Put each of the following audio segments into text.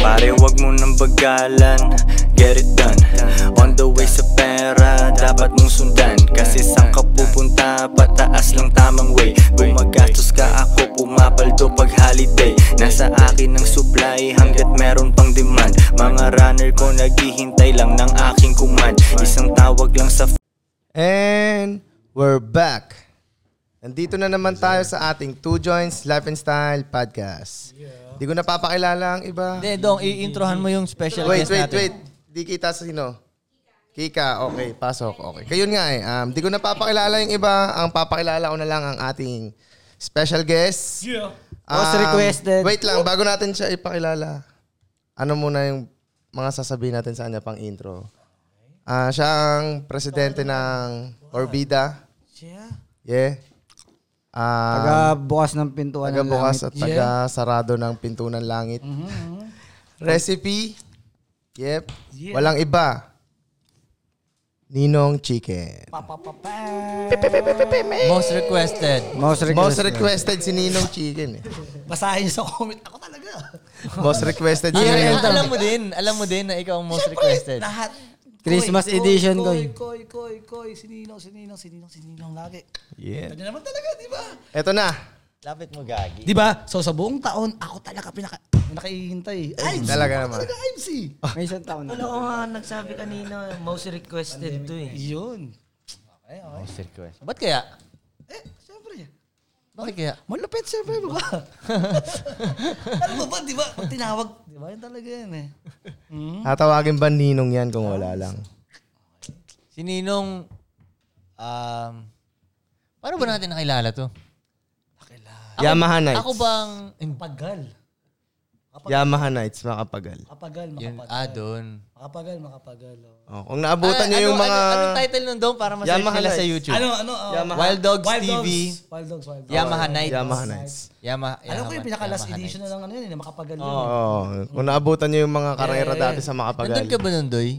Pare wag mo nang bagalan Get it done On the way sa pera Dapat mong sundan Kasi saan ka pupunta Pataas lang tamang way Gumagastos ka ako Pumapaldo pag holiday Nasa akin ang supply Hanggat meron pang demand Mga runner ko Naghihintay lang ng aking command Isang tawag lang sa And we're back. Nandito na naman tayo sa ating Two Joints Life and Style Podcast. Hindi ko napapakilala ang iba. Hindi, Dong, i-introhan mo yung special Wait, guest wait, natin. wait. Di kita sino? Kika, okay. Pasok, okay. Kayo nga eh. Um, di ko napapakilala yung iba. Ang papakilala ko na lang ang ating special guest. Um, Yeah. Most requested. Wait lang, bago natin siya ipakilala. Ano muna yung mga sasabihin natin sa kanya pang intro? Ah, siya ang presidente ng Orbida. Yeah. Ah, Taga bukas ng pintuan taga ng bukas langit. Mm-hmm, at taga sarado ng pinto ng langit. Recipe? Yep. Walang iba. Ninong Chicken. Most requested. Most Most requested si Ninong Chicken. eh. Basahin niyo sa comment. Ako talaga. Most requested si Ano, Ninong alam mo din, alam mo din na ikaw ang most requested. Lahat. Christmas edition, koy. Koy, koy, koy, sininong, sininong, sininong, sininong lagi. Yeah. Ganyan naman talaga, di ba? Eto na. Lapit mo, Gagi. Di ba? So sa buong taon, ako talaga pinaka, pinakahihintay. Ay, Talaga naman. talaga IMC. May isang taon na. Ano ko nga nagsabi kanina, most requested to eh. Yun. Most requested. Ba't kaya? Eh, siyempre. Bakit kaya? Malupit siyempre, di ba? Alam mo ba, di ba? Pag tinawag, di ba? Yan talaga yan eh. Tatawagin ba Ninong yan kung wala lang? Si Ninong, um, paano ba natin nakilala to? Yamaha Nights. Ako bang, in- Pagal. Yamaha Nights, makapagal. Kapagal, yun, makapagal. ah, doon. Makapagal, makapagal. oh. Oh, kung naabutan Ah, niyo yung ano- mga... Ano, anong title nun doon para masearch Yamaha nila sa Lights. YouTube? Ano, ano? oh, Yamaha. Wild Dogs Wild TV. Dogs, Wild Dogs, Wild Dogs. Yamaha Nights. Yamaha Nights. Yamaha, Alam ko yung Yamaha- pinaka-last Yamaha edition na lang ano yun, eh, makapagal yun. Oo. Oh, kung naabutan niyo yung mga karera dati sa makapagal. Nandun ka ba nun, Doy?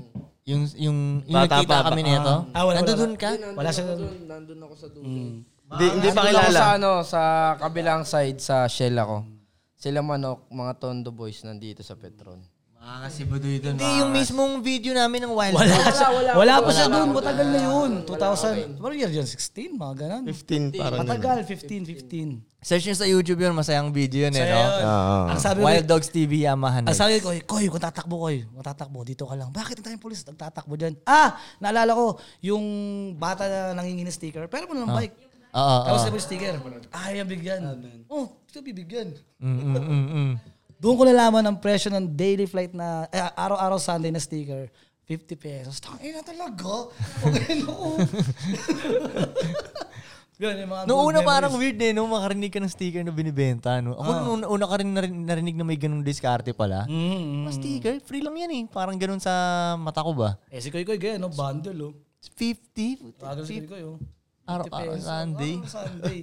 Yung, yung, yung Bata nagkita pa ba? kami nito? Ah, wala, wala, Nandun wala. ka? Wala siya doon. Hindi, hindi pa Doon ako kilala. sa ano, sa kabilang side sa Shell ako. Sila manok, mga Tondo Boys nandito sa Petron. Hindi, yung mismong video namin ng Wild Wala, Dogs. siya. Wala, pa siya doon. Matagal na yun. 2000. What year yun? 16? Mga ganun. 15 parang yun. Matagal. 15, 15. Search nyo sa YouTube yun, masayang video yun eh, no? Ayun. Oo. Ang sabi ko, Wild Dogs TV Yamaha ang Nights. sabi ko, Koy, kung tatakbo, Koy, kung tatakbo, dito ka lang. Bakit ang tayong polis? Nagtatakbo dyan. Ah! Naalala ko, yung bata na nanginginig sticker, pero mo na ng Ah. bike. Oo, oo. Tapos sabi yung sticker, ayaw bigyan. Oh, ito bibigyan. Mm, mm, mm, mm. Doon ko nalaman ang presyo ng daily flight na, eh, araw-araw Sunday na sticker, 50 pesos. Tangin na talaga. Okay na ko. Yun, yung mga Noong good una memories. Ah. parang weird eh, no? Makarinig ka ng sticker na binibenta, no? Ako noong una ka rin narin- narinig na may ganung diskarte pala. Mm, mm. Mas sticker, free lang yan eh. Parang ganun sa mata ko ba? Eh, si Koy Koy, ganyan, no? Bundle, oh. 50? Bagal si Koy Koy, oh. Araw-araw, Sunday. Araw-araw Sunday.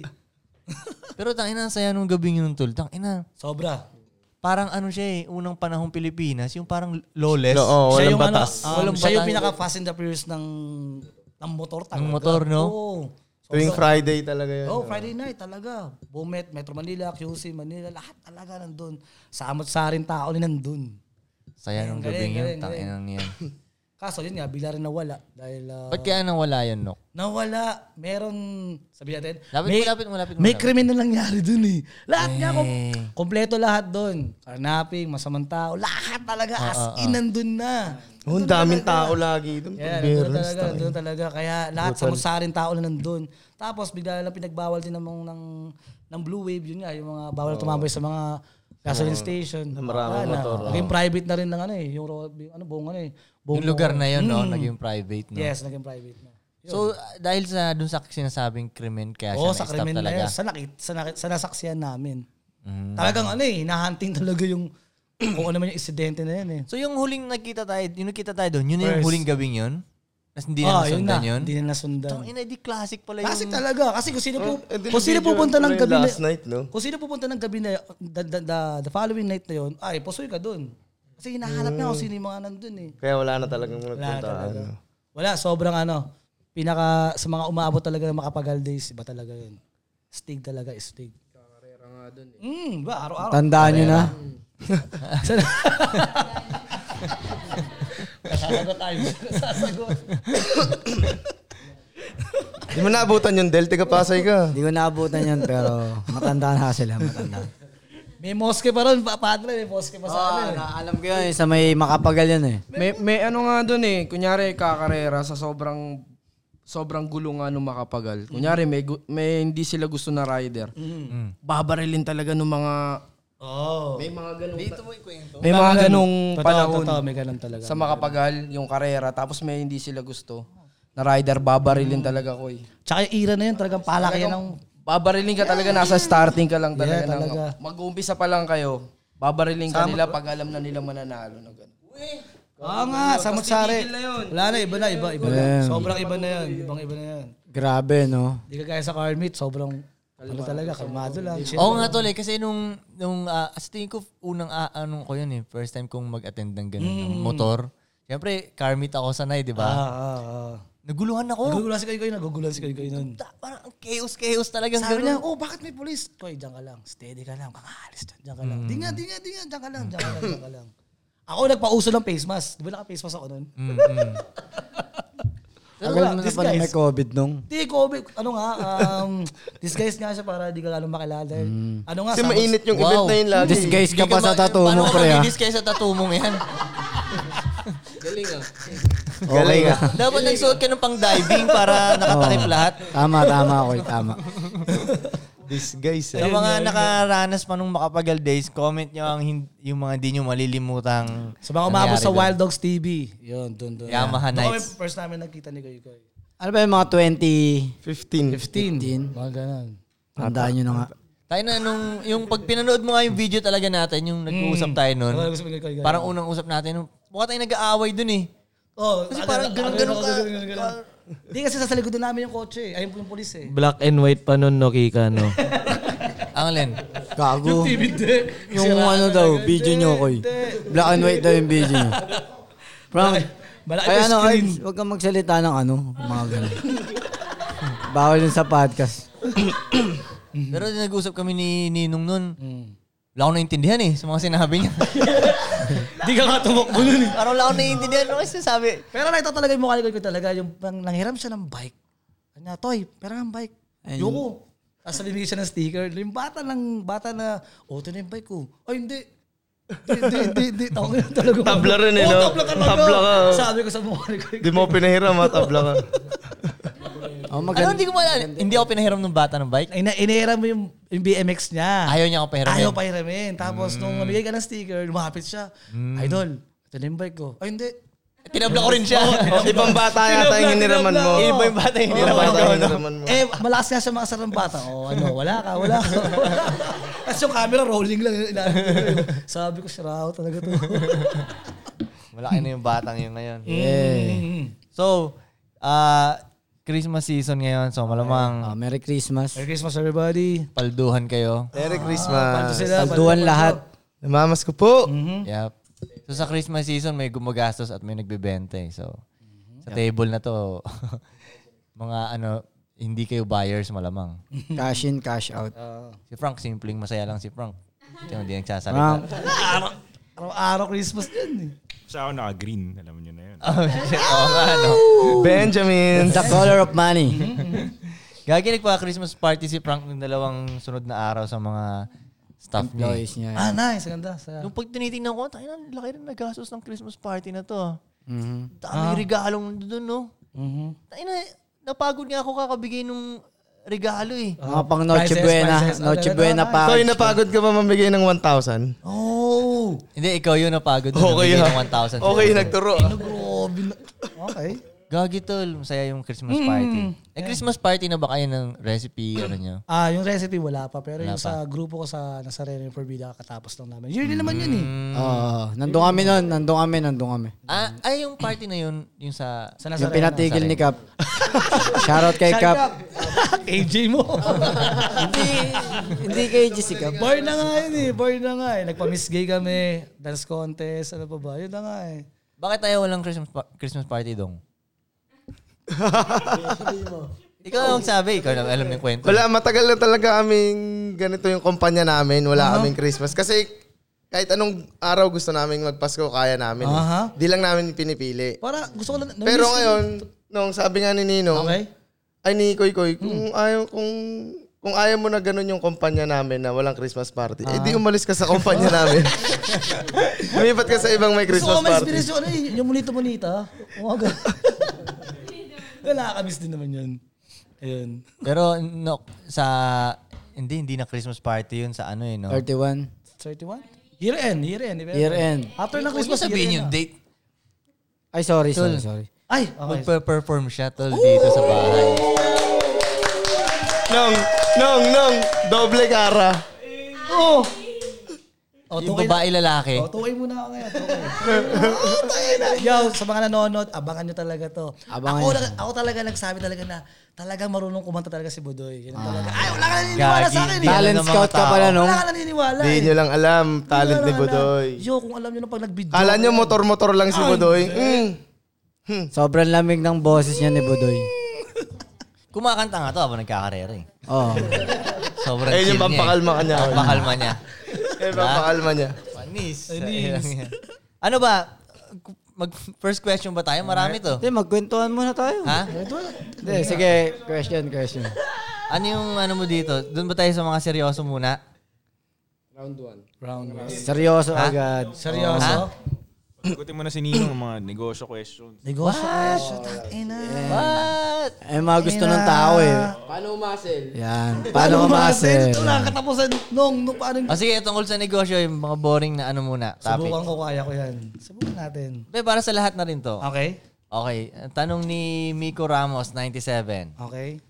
Pero tangina, ang saya nung gabing yun, tol. Tangina, Sobra. parang ano siya eh, unang panahong Pilipinas, yung parang lawless. No, oh, walang Siya yung batas. Ano, um, ah, Walang siya yung batas. pinaka-fast and the furious ng, ng motor talaga. Ng motor, no? Oo. Tuwing Friday talaga yun. Oh, Friday night talaga. Bumet, Metro Manila, QC, Manila, lahat talaga nandun. Samot sa rin tao na nandun. Saya nung gabing Galing, yun, galing, tangina niyan. Kaso yun nga, bigla rin nawala. Dahil ah, Ba't kaya nang wala yun, Nok? nawala, meron, sabi natin, Lapit may, mo, lapit mo, lapit mo. may lapit. krimen na nangyari dun eh. Lahat nga, kom- Eh. kompleto lahat dun. Karnaping, masamang tao, lahat talaga as Ah, in nandun na. Oh, ang daming tao lagi doon. Yeah, nandun Pambiras, talaga, tangin. nandun talaga. Kaya lahat sa musarin tao na nandun. Tapos bigla lang pinagbawal din ng, ng, ng Blue Wave, yun nga, yung mga bawal na tumambay sa mga gasoline station. Na maraming motor. Naging private na rin ng ano eh, yung, ro- yung ano, buong ano eh. Buong, Yung lugar na yun, Mm. no? Naging private, no? Yes, naging private na. So, ah, dahil sa dun sa sinasabing krimen, kaya Ah, siya Oo, Oh, sa na-stop krimen na talaga. Mm-hmm. yan. Sa, nakit, sa, nakit, sa nasaksiyan namin. Talagang ano eh, hinahunting talaga yung kung ano man yung insidente na yan eh. So, yung huling nakita tayo, yung nakita tayo doon, yun na yung huling gabing yun? Nas hindi Ah, na nasundan yun? Hindi na nasundan. Tang ina, di classic pala yun. Classic talaga. Kasi kung sino, po, Eh, di kung sino video pupunta lang ng pala gabi yung na, Last night, no? kung sino pupunta ng gabi na, the, the, the- the following night na yun, ay, pusoy ka dun. Kasi hinahanap na kung sino yung mga nandun eh. Kaya wala na talagang nagpunta. ano. Wala, sobrang ano, pinaka, sa mga umaabot talaga ng makapagal days, iba talaga yun. Stig talaga, stig. Kakarera nga dun eh. Mm, ba, araw-araw. Tandaan nyo na. Sana- Nasasagot tayo. Nasasagot. Hindi mo naabutan yung Del, tiga Pasay ka. Hindi ko naabutan yun, pero matanda na sila, matanda. May mosque pa ron, pa- padre. May mosque pa sa ano. Ah, eh. na- alam ko yun, sa may makapagal yun eh. May, may ano nga doon eh, kunyari kakarera sa sobrang sobrang gulo nga nung makapagal. Kunyari may, gu- may hindi sila gusto na rider. Mm. Babarilin talaga nung mga Oo. may mga ganung Dito mo ikwento. May mga ganung Totoo, panahon Totoo, may ganun talaga. sa makapagal yung karera tapos may hindi sila gusto na rider babarilin talaga ko eh. Tsaka yung ira na yun, talagang palaki yan ng... Babarilin ka talaga nasa starting ka lang talaga. Yeah, ng- talaga. Mag-uumpisa pa lang kayo. Babariling ka nila pag alam na nila mananalo na ganun. Oo nga, sa Matsari. Wala na, iba na, iba, iba na. Sobrang iba na yun. Ibang iba na yun. Grabe, no? Hindi ka kaya sa car meet, sobrang ano talaga, kalmado lang. Oh. Chill. Oo nga tol eh, kasi nung, nung ah, as tingin ko, unang ah, ano ko yun eh, first time kong mag-attend ng ganun, ng motor. Siyempre, car meet ako sanay, di Mm. Ah, ba? ah, ah. Naguluhan ako. Nagugulan si kayo kayo, nagugulan si kayo kayo nun. Ta- Parang ang chaos-chaos talagang Sabi ganun. niya, oh, bakit may polis? Koy, diyan ka lang. Steady ka lang. Kakaalis dyan. Diyan ka lang. Di nga, di nga, di nga. Diyan ka lang. Diyan ka lang. Diyan ka lang. Ako nagpauso ng face mask. Di ba naka-face mask ako nun? mm. Pero Tagal wala, mo na pala disguise. may COVID nung. Di, COVID. Ano nga, um, disguise nga siya para di ka lalo makilala. Ano nga, Kasi sa- mainit yung Wow. event na yun lagi. Disguise ka Hindi pa ma- sa tattoo mo, paano pre, Paano ah. ka sa tattoo mong yan? Okay ka. Dapat nagsuot ka ng pang-diving para nakatakip lahat. Tama, tama, okay, tama. Disguise eh. Sa mga nakaranas pa nung makapagal days, comment nyo ang hin- yung mga hindi nyo malilimutang Sa mga umabot sa nangyari Wild Dogs TV. Yun, dun, dun. Yamaha Doon kami Nights. first namin nakita ni Koy Koy. Ano ba yung mga 20? 15. 15. Mga ganun. Tandaan nyo na nga. doon. Tayo na nung, yung pag pinanood mo nga yung video talaga natin, yung nag-uusap tayo nun, Ano gusto mo ni Koy Koy? parang unang usap natin, nung- mukha tayo nag-aaway dun eh. Oh, Kasi parang ganun-ganun ka. Hindi kasi sa likod na namin yung kotse. Ayun po yung polis eh. Black and white pa nun, no, Kika, no? Ang alin? Gago. Hindi. Yung ano daw, video nyo, koy. Black and white daw yung video nyo. Frank, Malaki kaya yung ano, screen. Ards, huwag kang magsalita ng ano, mga ganun. Bawal yun sa podcast. Mm-hmm. Pero nag-usap kami ni Ninong nun, Mm. wala akong naintindihan eh sa mga sinabi niya. Hindi ka nga tumakbo nun eh. parang wala akong naiintindihan nung kasi sabi. Pero nakita ko talaga yung mukha ni Koy Koy talaga. Yung pang nanghiram siya ng bike. Ano Toy, pera ng bike. Ayun. Yoko. Tapos nabibigay siya ng sticker. Yung bata ng bata na, oh, ito na yung bike ko. Ay, hindi. Hindi, hindi, hindi. Ako nga talaga. Tabla rin eh, Oh, no? tabla ka talaga. Tabla ka. Sabi ko sa mukha ni Koy Koy. Di mo pinahiram ha, tabla ka. Oh, Ano, maganda. hindi ko maalala. Hindi ako pinahiram ng bata ng bike. Ina inihiram mo yung, yung BMX niya. Ayaw niya ako pahiramin. Ayaw pahiramin. Tapos nung nabigay ka ng sticker, lumapit siya. Idol, ito na yung bike ko. Ay, hindi. Tinabla ko rin siya. Ibang bata yata yung hiniraman mo. Iba yung bata yung Ibang hiniraman bata ko. yung no? hiniraman mo. Eh, malakas nga siya makasar ng bata. O ano, wala ka, wala ka. wala ka. Tapos yung camera rolling lang. Inaano ko yun. Sabi ko, sirao talaga to. Malaki na yung batang yun ngayon. Eh, Mm. So, ah, Christmas season ngayon. So, malamang Oh, Merry Christmas. Merry Christmas everybody. palduhan kayo. Merry Palto Christmas. sila. Salduan lahat. Namamas ko po. Mm-hmm. Yep. So, sa Christmas season, may gumagastos at may nagbebente. So, sa Mm-hmm. table na to, mga ano, hindi kayo buyers malamang. Cash in, cash out. Oh. Si Frank, simpleng masaya lang si Frank. Ito hindi nagsasalita. Frank, Araw-araw Christmas din. eh. Sa ako naka-green, alam niyo na yun. Oh, shit. Oo nga, no? Benjamin. the color of money. Mm-hmm. Gagi, nagpa-Christmas party si Frank ng dalawang sunod na araw sa mga staff niya. eh. Employees niya. Ah, nice. Ang ganda. Sa... Nung pag tinitingnan ko, tayo na, laki rin nagastos ng Christmas party na to. Mm-hmm. mm Dami Ah. regalong doon, no? Tayo na, napagod nga ako kakabigay nung regalo eh. Mga pang Noche Prices, Buena, prices. Noche Ano, Buena ano, pa. So, napagod ka ba mamigay ng 1,000? Oh! Hindi, ikaw yun napagod. dun, Okay nabigay ha. ng 1,000. Okay, sa'yo. nagturo. Grabe na. Okay. Gagi tol, masaya yung Christmas party. Eh, Christmas party na ba kayo ng recipe, ano nyo? Ah, yung recipe wala pa. Pero yung sa grupo ko sa nasa Rene Forbida, katapos lang namin. Yearly naman yun eh. Oo, nandun kami nun, nandun kami, nandun kami. Ah, ay, yung party na yun, yung sa... Sa nasa Yung pinatigil ni Cap. Shoutout kay Cap. AJ mo. hindi, hindi kay G si Cap. Bar na nga yun eh. Bar na nga eh. Nagpa-miss gay kami. Dance contest. Ano pa ba? Yun na nga eh. Bakit tayo walang Christmas, pa- Christmas party dong? ikaw ang sabi, ikaw na alam yung kwento. Wala, matagal na talaga aming ganito yung kumpanya namin. Wala aming Christmas. Kasi kahit anong araw gusto namin magpasko, kaya namin. eh. Aha. Di lang namin pinipili. Para gusto ko lang. Pero namimiss ko- ngayon, nung sabi nga ni Nino, Okay. Hmm. ay ni Koy Koy, kung ayaw, kung kung ayaw mo na ganun yung kumpanya namin na walang Christmas party, eh di umalis ka sa kumpanya namin. Lumipat ka sa ibang may Gusto ko Christmas party. ma-experience yung ano eh, yung monito-monita. Umaga. Nakakamiss din naman yun. Ayun. Pero no, sa hindi hindi na Christmas party yun sa ano eh no. 31. 31? Year end, year end. di ba? Year end. After ng Christmas, year end na. date. Ay, sorry, sorry, Tol. sorry. Ay, okay. Magpe-perform siya tol dito sa bahay. Nung, nung, nung, doble kara. Oo. Oh, Yung tukay na- babae lalaki. Oh, tukay muna ako ngayon. Tukay. Oh, tukay na. Yo, sa mga nanonood, abangan nyo talaga to. Abangan ako, nyo. lang- ako talaga nagsabi talaga na talaga marunong kumanta talaga si Budoy. Ganun talaga. Ay, wala ka naniniwala sa akin. Gagi. ano? eh. Talent ng mga scout ka tao. pala, no? Wala ka naniniwala. Di eh. nyo lang alam, talent Wala ni ka Budoy. na- Yo, kung alam nyo na pag nag-video. Kala nyo motor-motor lang si Budoy. Mm. Sobrang lamig ng boses niya ni Budoy. Kumakanta nga to habang nagkakarera eh. Oh. Sobrang Ayun chill niya. yung eh. pampakalma ka niya. Pampakalma niya. Eh, papakalma niya. Panis. Panis. ano ba? Mag first question ba tayo? Marami to. Hindi, magkwentuhan muna tayo. Ha? Hindi, sige. Question, question. Ano yung ano mo dito? Doon ba tayo sa mga seryoso muna? Seryoso agad. Seryoso? Sagutin mo na si Nino ng mga negosyo questions. Negosyo. Negosyo. Tangina. What? Ay, mga gusto ng tao eh. Paano umasel? Yan. Paano kumasel? Ito lang, katapusan. Nung, nung paano O sige, tungkol sa negosyo, yung mga boring na ano muna. Topic. Subukan ko, kaya ko yan. Subukan natin. Be, para sa lahat na rin to. Ah. Okay? Okay, tanong ni Miko Ramos, 97. Okay.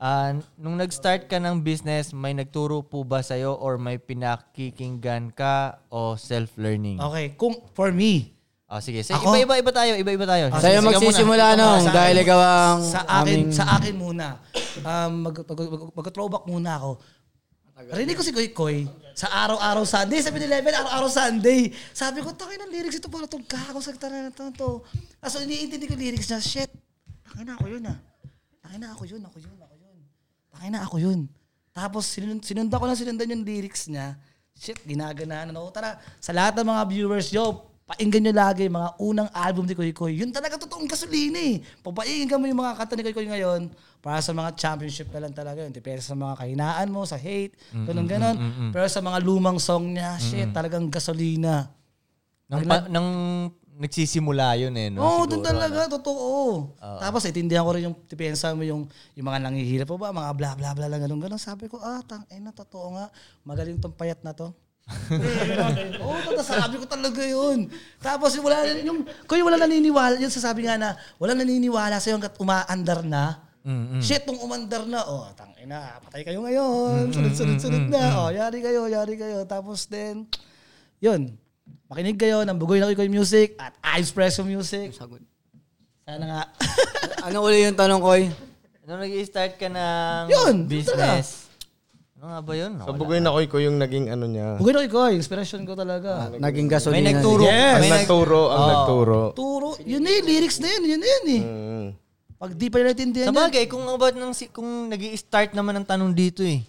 Ah, nung nag-start ka ng business, may nagturo po ba sa'yo or may pinakikinggan ka o self-learning? Okay. Kung, for me, Oh, sige. Sa- Ako? Iba-iba iba tayo, iba-iba tayo. Sige, Sa'yo ikaw muna. magsisimula nung dahil ikaw ang sa akin, aming... sa akin muna. Um, mag, mag, mag, mag- throwback muna ako. Rinig ko si Koy Koy sa araw-araw Sunday. Sabi ni Leven, araw-araw Sunday. Sabi ko, takay ng lyrics ito para itong gago sa na ito. ito. Ah, so, iniintindi ko yung lyrics niya. Shit, takay na ako yun ah. Takay na ako yun, ako yun, ako yun. Takay na ako yun. Tapos sinund, sinunda ko lang sinundan yung lyrics niya. Shit, ginaganaan ako. Tara, sa lahat ng mga viewers, yo, painggan nyo lagi yung mga unang album ni Koy Koy. Yun talaga totoong gasolina eh. Papainggan mo yung mga kanta ni Koy Koy ngayon para sa mga championship na lang talaga yun. Depende sa mga kahinaan mo, sa hate, ganun ganon. Pero sa mga lumang song niya, shit, talagang gasolina. Nang, pa- nang nagsisimula yun eh, no? Oo, oh, Siguro. doon talaga, totoo. Tapos itindihan ko rin yung depensa mo yung, yung mga nangihirap pa ba, mga bla bla bla lang ganun ganun. Sabi ko, ah, tang, eh na, totoo nga. Magaling tong payat na to. Oo, oh, sabi ko talaga yun. Tapos yung wala, yung, kung yung wala naniniwala, yung sasabi nga na, wala naniniwala sa'yo hanggat umaandar na. Shit, nung umandar na, oh, tang, ina, patay kayo ngayon. Sunod-sunod-sunod na. Oh, yari kayo, yari kayo. Tapos then, yun. Makinig kayo ng Bugoy na Koy Music at Ives Presso Music. Sana nga. ano uli yung tanong ko? Nung nag-start Ano, ka ng Yun, doon business, ano nga ba yun? Wala. Sabugoy na koy ko yung naging ano niya. Bugoy na Koy, inspiration ko Ah, talaga. Naging gasolina. May nagturo. Ang May nag- nagturo, ang nagturo. Turo, yun eh, lyrics na yun, yun na yun eh. Mm. Pag di pa nila naintindihan yun, Sabagay, kung about ng si- kung nag start naman ang tanong dito eh.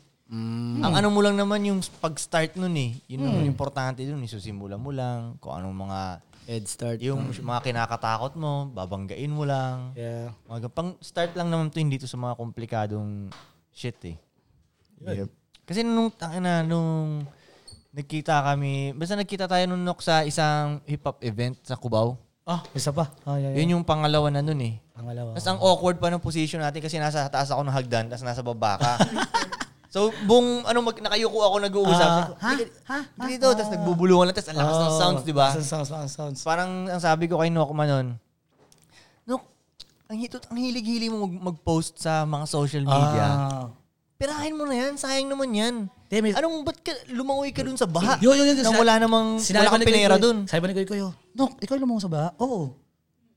Ang ano mo lang naman yung pag-start nun eh. Yun ang importante dun. Isusimula mo lang. Kung anong mga, Head start. yung mga kinakatakot mo, babanggain mo lang. Yeah. Mga gan- pang start lang naman to hindi to sa mga komplikadong shit eh. Yep. Kasi nung, tangin na, nung nagkita kami, basta nagkita tayo nung Nok sa isang hip-hop event sa Cubao. Ah, isa pa. Ah, yeah, yeah. Yun yung pangalawa na nun eh. Pangalawa. Tapos ang awkward pa ng position natin kasi nasa taas ako ng hagdan, tapos nasa baba ka. so, buong ano, mag, nakayuko ako nag-uusap. Ah, ha? Ha? Dito, dito, tapos nagbubulungan lang, tapos ang lakas ng Oh, sounds, di ba? Lakas ng sounds, lakas ng sounds. Parang ang sabi ko kay Nokma nun, Nok, ang, hito, ang hilig-hilig mo mag- mag-post sa mga social media. Ah. Pirahin mo na yan, sayang naman yan. Di, may- Anong, ba't ka, lumangoy ka dun sa baha? Yo, yo, yo, yo, Nang sina- wala namang, sinabi wala ko kang ni Koy pinera Koy, dun. Sabi ni Koy Koy, oh, Nok, ikaw lumang sa ba? Oo.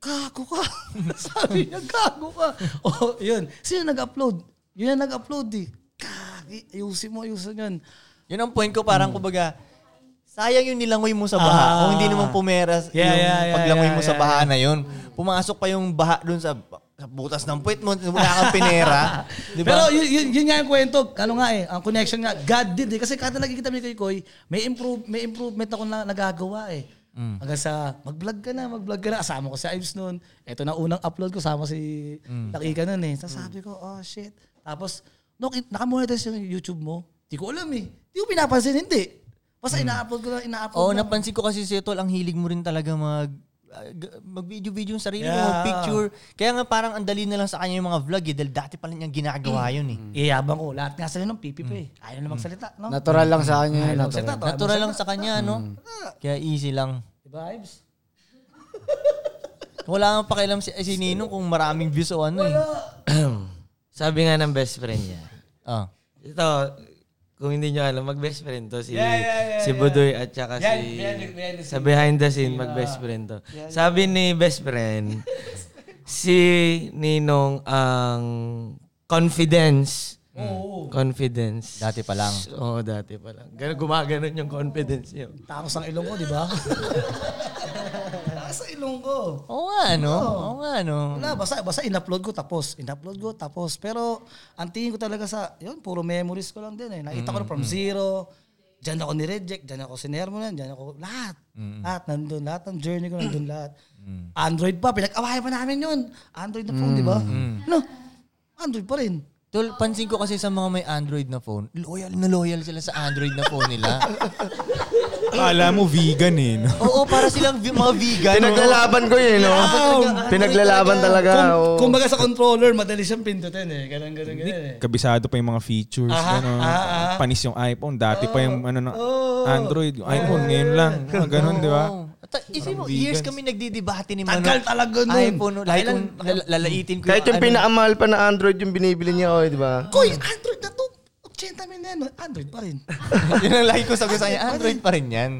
Gago ka. sabi niya, gago ka. oh, yun. Sino nag-upload? Yun ang nag-upload eh. Kagi, ayusin mo, ayusin yun. Yun ang point ko, parang Hmm. kumbaga, sayang yung nilangoy mo sa baha. Ah. Kung hindi naman pumera yung Yeah, yeah, yeah, paglangoy yeah, mo sa yeah, baha na yun. Pumasok pa yung baha dun sa, sa sa butas ng puwet mo, wala kang pinera. di Pero ba? yun, yun, yun nga yung kwento. Ano nga eh, ang connection nga, God did eh. Kasi kada nakikita mo kay Koy, may, improve, may improvement ako na nagagawa eh. Mm. Hanggang sa, mag-vlog ka na, mag-vlog ka na. Kasama ko si Ives noon. Ito na unang upload ko, sama si Mm. Laki ka noon eh. Tapos sabi ko, oh shit. Tapos, no, nakamonetize yung YouTube mo. Hindi ko alam eh. Hindi ko pinapansin, hindi. Basta ina-upload ko lang, ina-upload Mm. Oo, oh, ko lang. napansin ko kasi si Tol, ang hilig mo rin talaga mag ah, g- mag-video-video yung sarili mo, Yeah. picture. Kaya nga parang ang dali na lang sa kanya yung mga vlog eh, dahil dati pala niyang ginagawa Mm. yun eh. Iyayabang ko. Lahat nga sa'yo ng pipi pa eh. Mm. Ayaw na magsalita, no? Natural lang sa kanya yun. Ayaw na Hmm. Natural. magsalita. Natural lang sa kanya, no? Kaya easy lang. Diba, Ives? Wala kang pakialam si, eh, si Ninong kung maraming views o ano eh. Sabi nga ng best friend niya. Ah. Ito, kung hindi nyo alam, mag-best friend to si si Budoy at saka si sa behind the scene mag-best friend to. Sabi ni best friend si Ninong ang confidence. Confidence. Dati pa lang. Oo, dati pa lang. Ganun, gumaganon yung confidence niyo. Takos ang ilong ko, di ba? Takos ang ilong ko. Oo nga, no? Oo nga, no? Wala, basta, basta in-upload ko, tapos. In-upload ko, tapos. Pero, ang tingin ko talaga sa, yun, puro memories ko lang din eh. Nakita ko na from zero, Diyan ako ni-reject, diyan ako sinermonan, diyan ako lahat. Lahat nandun, lahat ng journey ko nandun lahat. Android pa, pinag-awayan pa namin yun. Android na phone, di ba? No, Android pa rin. Tol, pansin ko kasi sa mga may Android na phone, loyal na loyal sila sa Android na phone nila. Kala mo vegan eh, no? Oo, para silang vi- mga vegan. Pinaglalaban ko yun, no? Pinaglalaban talaga. oh. oo. Kung, kumbaga sa controller, madali siyang pindutin eh. Ganun, ganun, ganun eh. Kabisado pa yung mga features. ganun. Panis yung iPhone. Dati pa yung ano, ng Android. Yung iPhone ngayon lang. Mga ganun, di ba? Oh. Isip eh, mo, years kami nagdidebate ni Mano. Ah. Tagal talaga nun. iPhone, like, kung lala- lalaitin ko ano. Kahit yung pinakamahal pa na Android yung binibili niya, oh, di ba? Koy, Android na to. 80 mil na yan. Android pa rin. yun ang lagi ko sabi sa kanya, Android pa rin yan.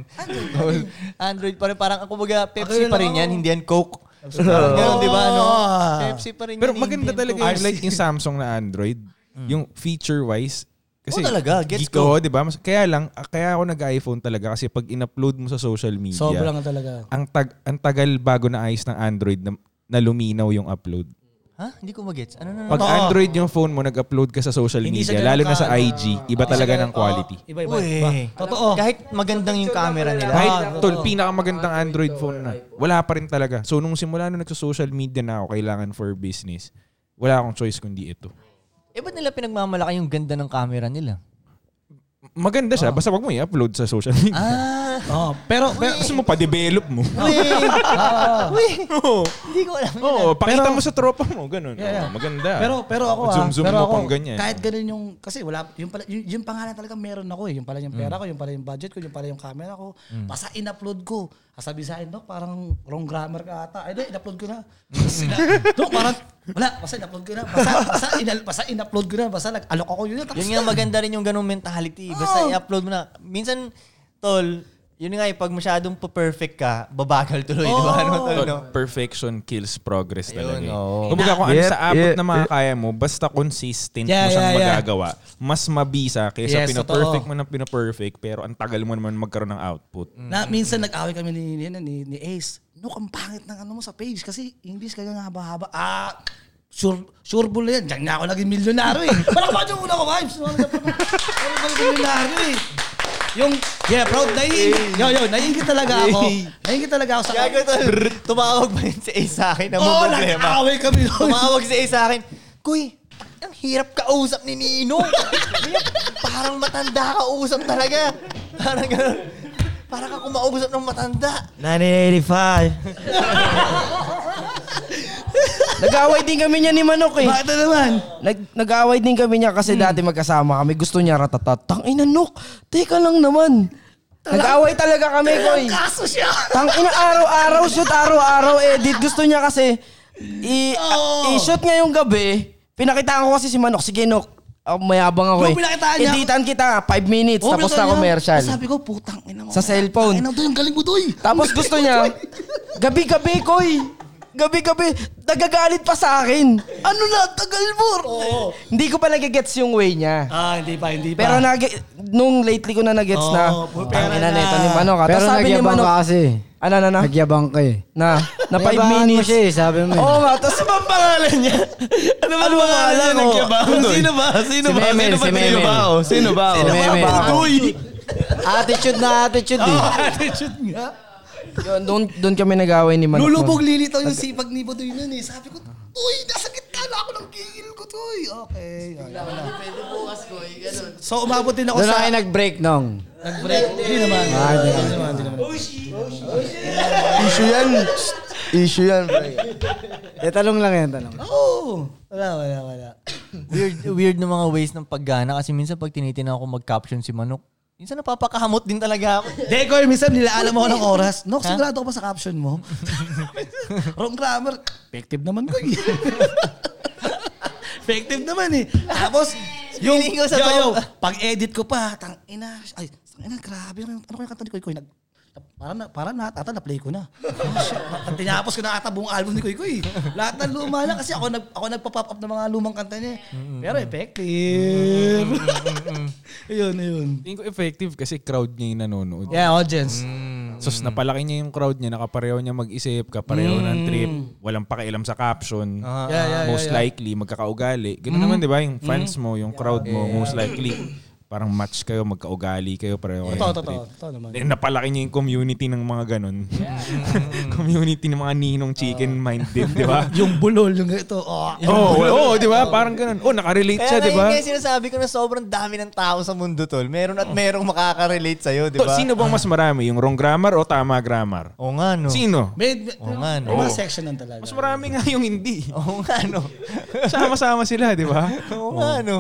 Tol, Android pa rin. Parang, ako baga, Pepsi pa rin yan, hindi yan Coke. Parang ganun, di ba? Ano? Pepsi pa rin Ah. Pero yan, maganda hindi yan talaga Coke. yung, like, yung Samsung na Android. Yung feature-wise. Kasi Oo talaga, gets geek ako, di ba? Mas- Kaya lang, ah, kaya ako nag-iPhone talaga kasi pag in-upload mo sa social media, Sobrang talaga. ang, tag, ang tagal bago na ayos ng Android na, na luminaw yung upload. Ha? Hindi ko magets. Ano na Pag Android yung phone mo, nag-upload ka sa social Hindi media, siya ganun lalo na ka- sa IG, iba talaga ng quality. Iba, iba. iba. Uy, Totoo. kahit magandang yung camera nila. Kahit tol, pinakamagandang Android phone na. Wala pa rin talaga. So nung simula nung nagsa-social media na ako, kailangan for business, wala akong choice kundi ito. Eh, ba't nila pinagmamalaki yung ganda ng camera nila? Maganda siya, basta wag mo i-upload sa social media. Ah, Oh, pero, pero, Gusto mo pa-develop mo. uy! Ah. Uy! Hindi ko alam. yun. Oo, pakita mo sa tropa mo, ganun. Oo, maganda. pero, pero ako ah. Zoom, zoom mo pero ako, pang ganyan. Kahit ganun yung, kasi wala, yung pala, yung, yung pangalan talaga meron ako eh. Yung pala yung Mm. pera ko, yung pala yung budget ko, yung pala yung camera ko. Basta in-upload ko. Kasabi sa akin, no, parang wrong grammar ka ata. Ay, di, in-upload ko na. Mm. no, parang, wala, basta in-upload ko na. Basta, basta, in- basta in-upload ko na. Basta nag-alok ako yun. Tapos, Yun nga, maganda rin yung ganung mentality. Oh. Basta i-upload mo na. Minsan, tol, yun nga, eh, pag masyadong pa-perfect ka, babagal tuloy, di Oh. ba? Ano, tol, no? Tol, Perfection kills progress talaga. eh. oo. Kumbaga kung ano Yep, sa abot yep, na makakaya mo, basta consistent mo Yeah, siyang yeah, yeah. magagawa, mas mabisa kaysa Yes, pinaperfect mo totoo. ng pinaperfect pero ang tagal mo naman magkaroon ng output. Na minsan nag-away kami ni, ni, ni, ni Ace. No, ang pangit ng ano mo sa page kasi English kaya nga haba-haba. Ah, sure, sure bull na yan. Diyan na ako naging milyonaryo eh. Wala ba yung una ko, vibes? Wala ka pa. Wala ka milyonaryo eh. Yung, yeah, proud, naiingit. Yo, yo, naiingit talaga ako. Naiingit talaga ako sa... Gago, tol. Tumawag pa rin si Ace sa akin. Ang Oo, problema. nag-away kami. Tumawag si Ace sa akin. Kuy, ang hirap kausap ni Nino. Parang matanda kausap talaga. Parang ganun. Parang ka kumausap ng matanda. 1985. Nag-away din kami niya ni Manok eh. Bakit na naman? Nag, nag-away din kami niya Hmm. kasi dati magkasama kami. Gusto niya ratatat. Tang ina, Nok. Teka lang naman. Nag-away talaga kami, Koy. Kaso siya. Tang ina, araw-araw, shoot araw-araw, edit. Gusto niya kasi, i- Oo. shoot ngayong gabi. Pinakitaan ko kasi si Manok. Sige, Nok. Ah, mayabang ako eh. Yung pinakitaan niya- Editan kita, 5 minutes, tapos Oh, na commercial. Sabi ko, putang ina mo. Sa cellphone. Tangina, doy, ang galing mo, doy. Tapos gusto niya, gabi-gabi, Koy. gabi-gabi, nagagalit pa sa akin. Ano na, tagal mo. Hindi ko pa nagigets yung way niya. Ah, hindi pa, hindi pa. Pero nag nung lately ko na nagets na. Oh, Oo, Oh, puro pera na. Tangina nito ni Manok. ah." Pero Tapos sabi ni nagyabang Manok, ka kasi. ano na na? Nagyabang ka eh. Na, na 5 Yabangan mo minutes. siya eh, sabi mo eh. Oo nga, tapos ano ang pangalan niya? ano ba ano pangalan ko? Sino ba? Sino Si ba? Memel, Sino ba? si Sino Memel. ba? Oh, Sino ba? Si Oh, Memel. Baduy. Attitude na attitude eh. Attitude nga. Yun, doon, doon kami nag-away ni Manok. Lulubog lilitaw yung sipag ni Baduy nun eh. Sabi ko, Uy, nasa gitna na ako ng gigil ko, Tuy. Okay. Pwede bukas ko, eh, So, umabot din ako Doon na sa... kayo nag-break nung. Nag-break. Hindi naman. Hindi naman. Hindi naman. Issue yan. Issue yan, pre. Eh, tanong lang yan, tanong. Oo. Wala, wala, wala. weird, weird ng mga ways ng paggana kasi minsan pag tinitingnan ako mag-caption si Manok, minsan napapakahamot din talaga ako. Deco, minsan nilaalam ako ng oras. No, sigurado ko pa sa caption mo. Wrong grammar. Effective naman ko. eh. Effective naman eh. Tapos, yung, Feeling ko sa yo, to- yo, pag-edit ko pa, tang ina, ay, tang ina, grabe, ano ano kaya kanta ni Koy Koy? Nag, parang, na, parang na, ata, na-play ko na. Oh, shit. At tinapos ko na ata buong album ni Koy Koy. Lahat ng luma na kasi ako, nag, ako nagpa-pop up ng mga lumang kanta niya. eh. Pero effective. Mm, Ayun, ayun. Tingin ko effective kasi crowd niya yung nanonood. Yeah, audience. Sos napalaki niya yung crowd niya, nakapareho niya mag-isip, kapareho ng trip, walang pakialam sa caption. Mm. Yeah, yeah, Mm. most likely magkakaugali. Ganun naman 'di ba yung fans mo, yung crowd mo, most likely parang match kayo, magkaugali kayo, pareho kayo. Totoo, ng totoo. trip. Totoo naman. Then napalaki niya yung community ng mga ganun. community ng mga ninong chicken minded, 'di ba? Yung bulol, Ah. yung ito. Oh, Oh, well, oh, 'di ba? Parang ganun. Oh, nakarelate siya, Kaya 'di ba? nga yung sinasabi ko na sobrang dami ng tao sa mundo, tol. Meron Oh. at merong makaka-relate sa'yo, di To, ba? sino bang mas marami, yung wrong grammar o tama grammar? Oo nga, no. Sino? May, may, Oo nga, no. may mga section nun talaga. Mas marami nga yung hindi. Oo nga, no. Sama-sama sila, 'di ba? Oo nga, Oh. no.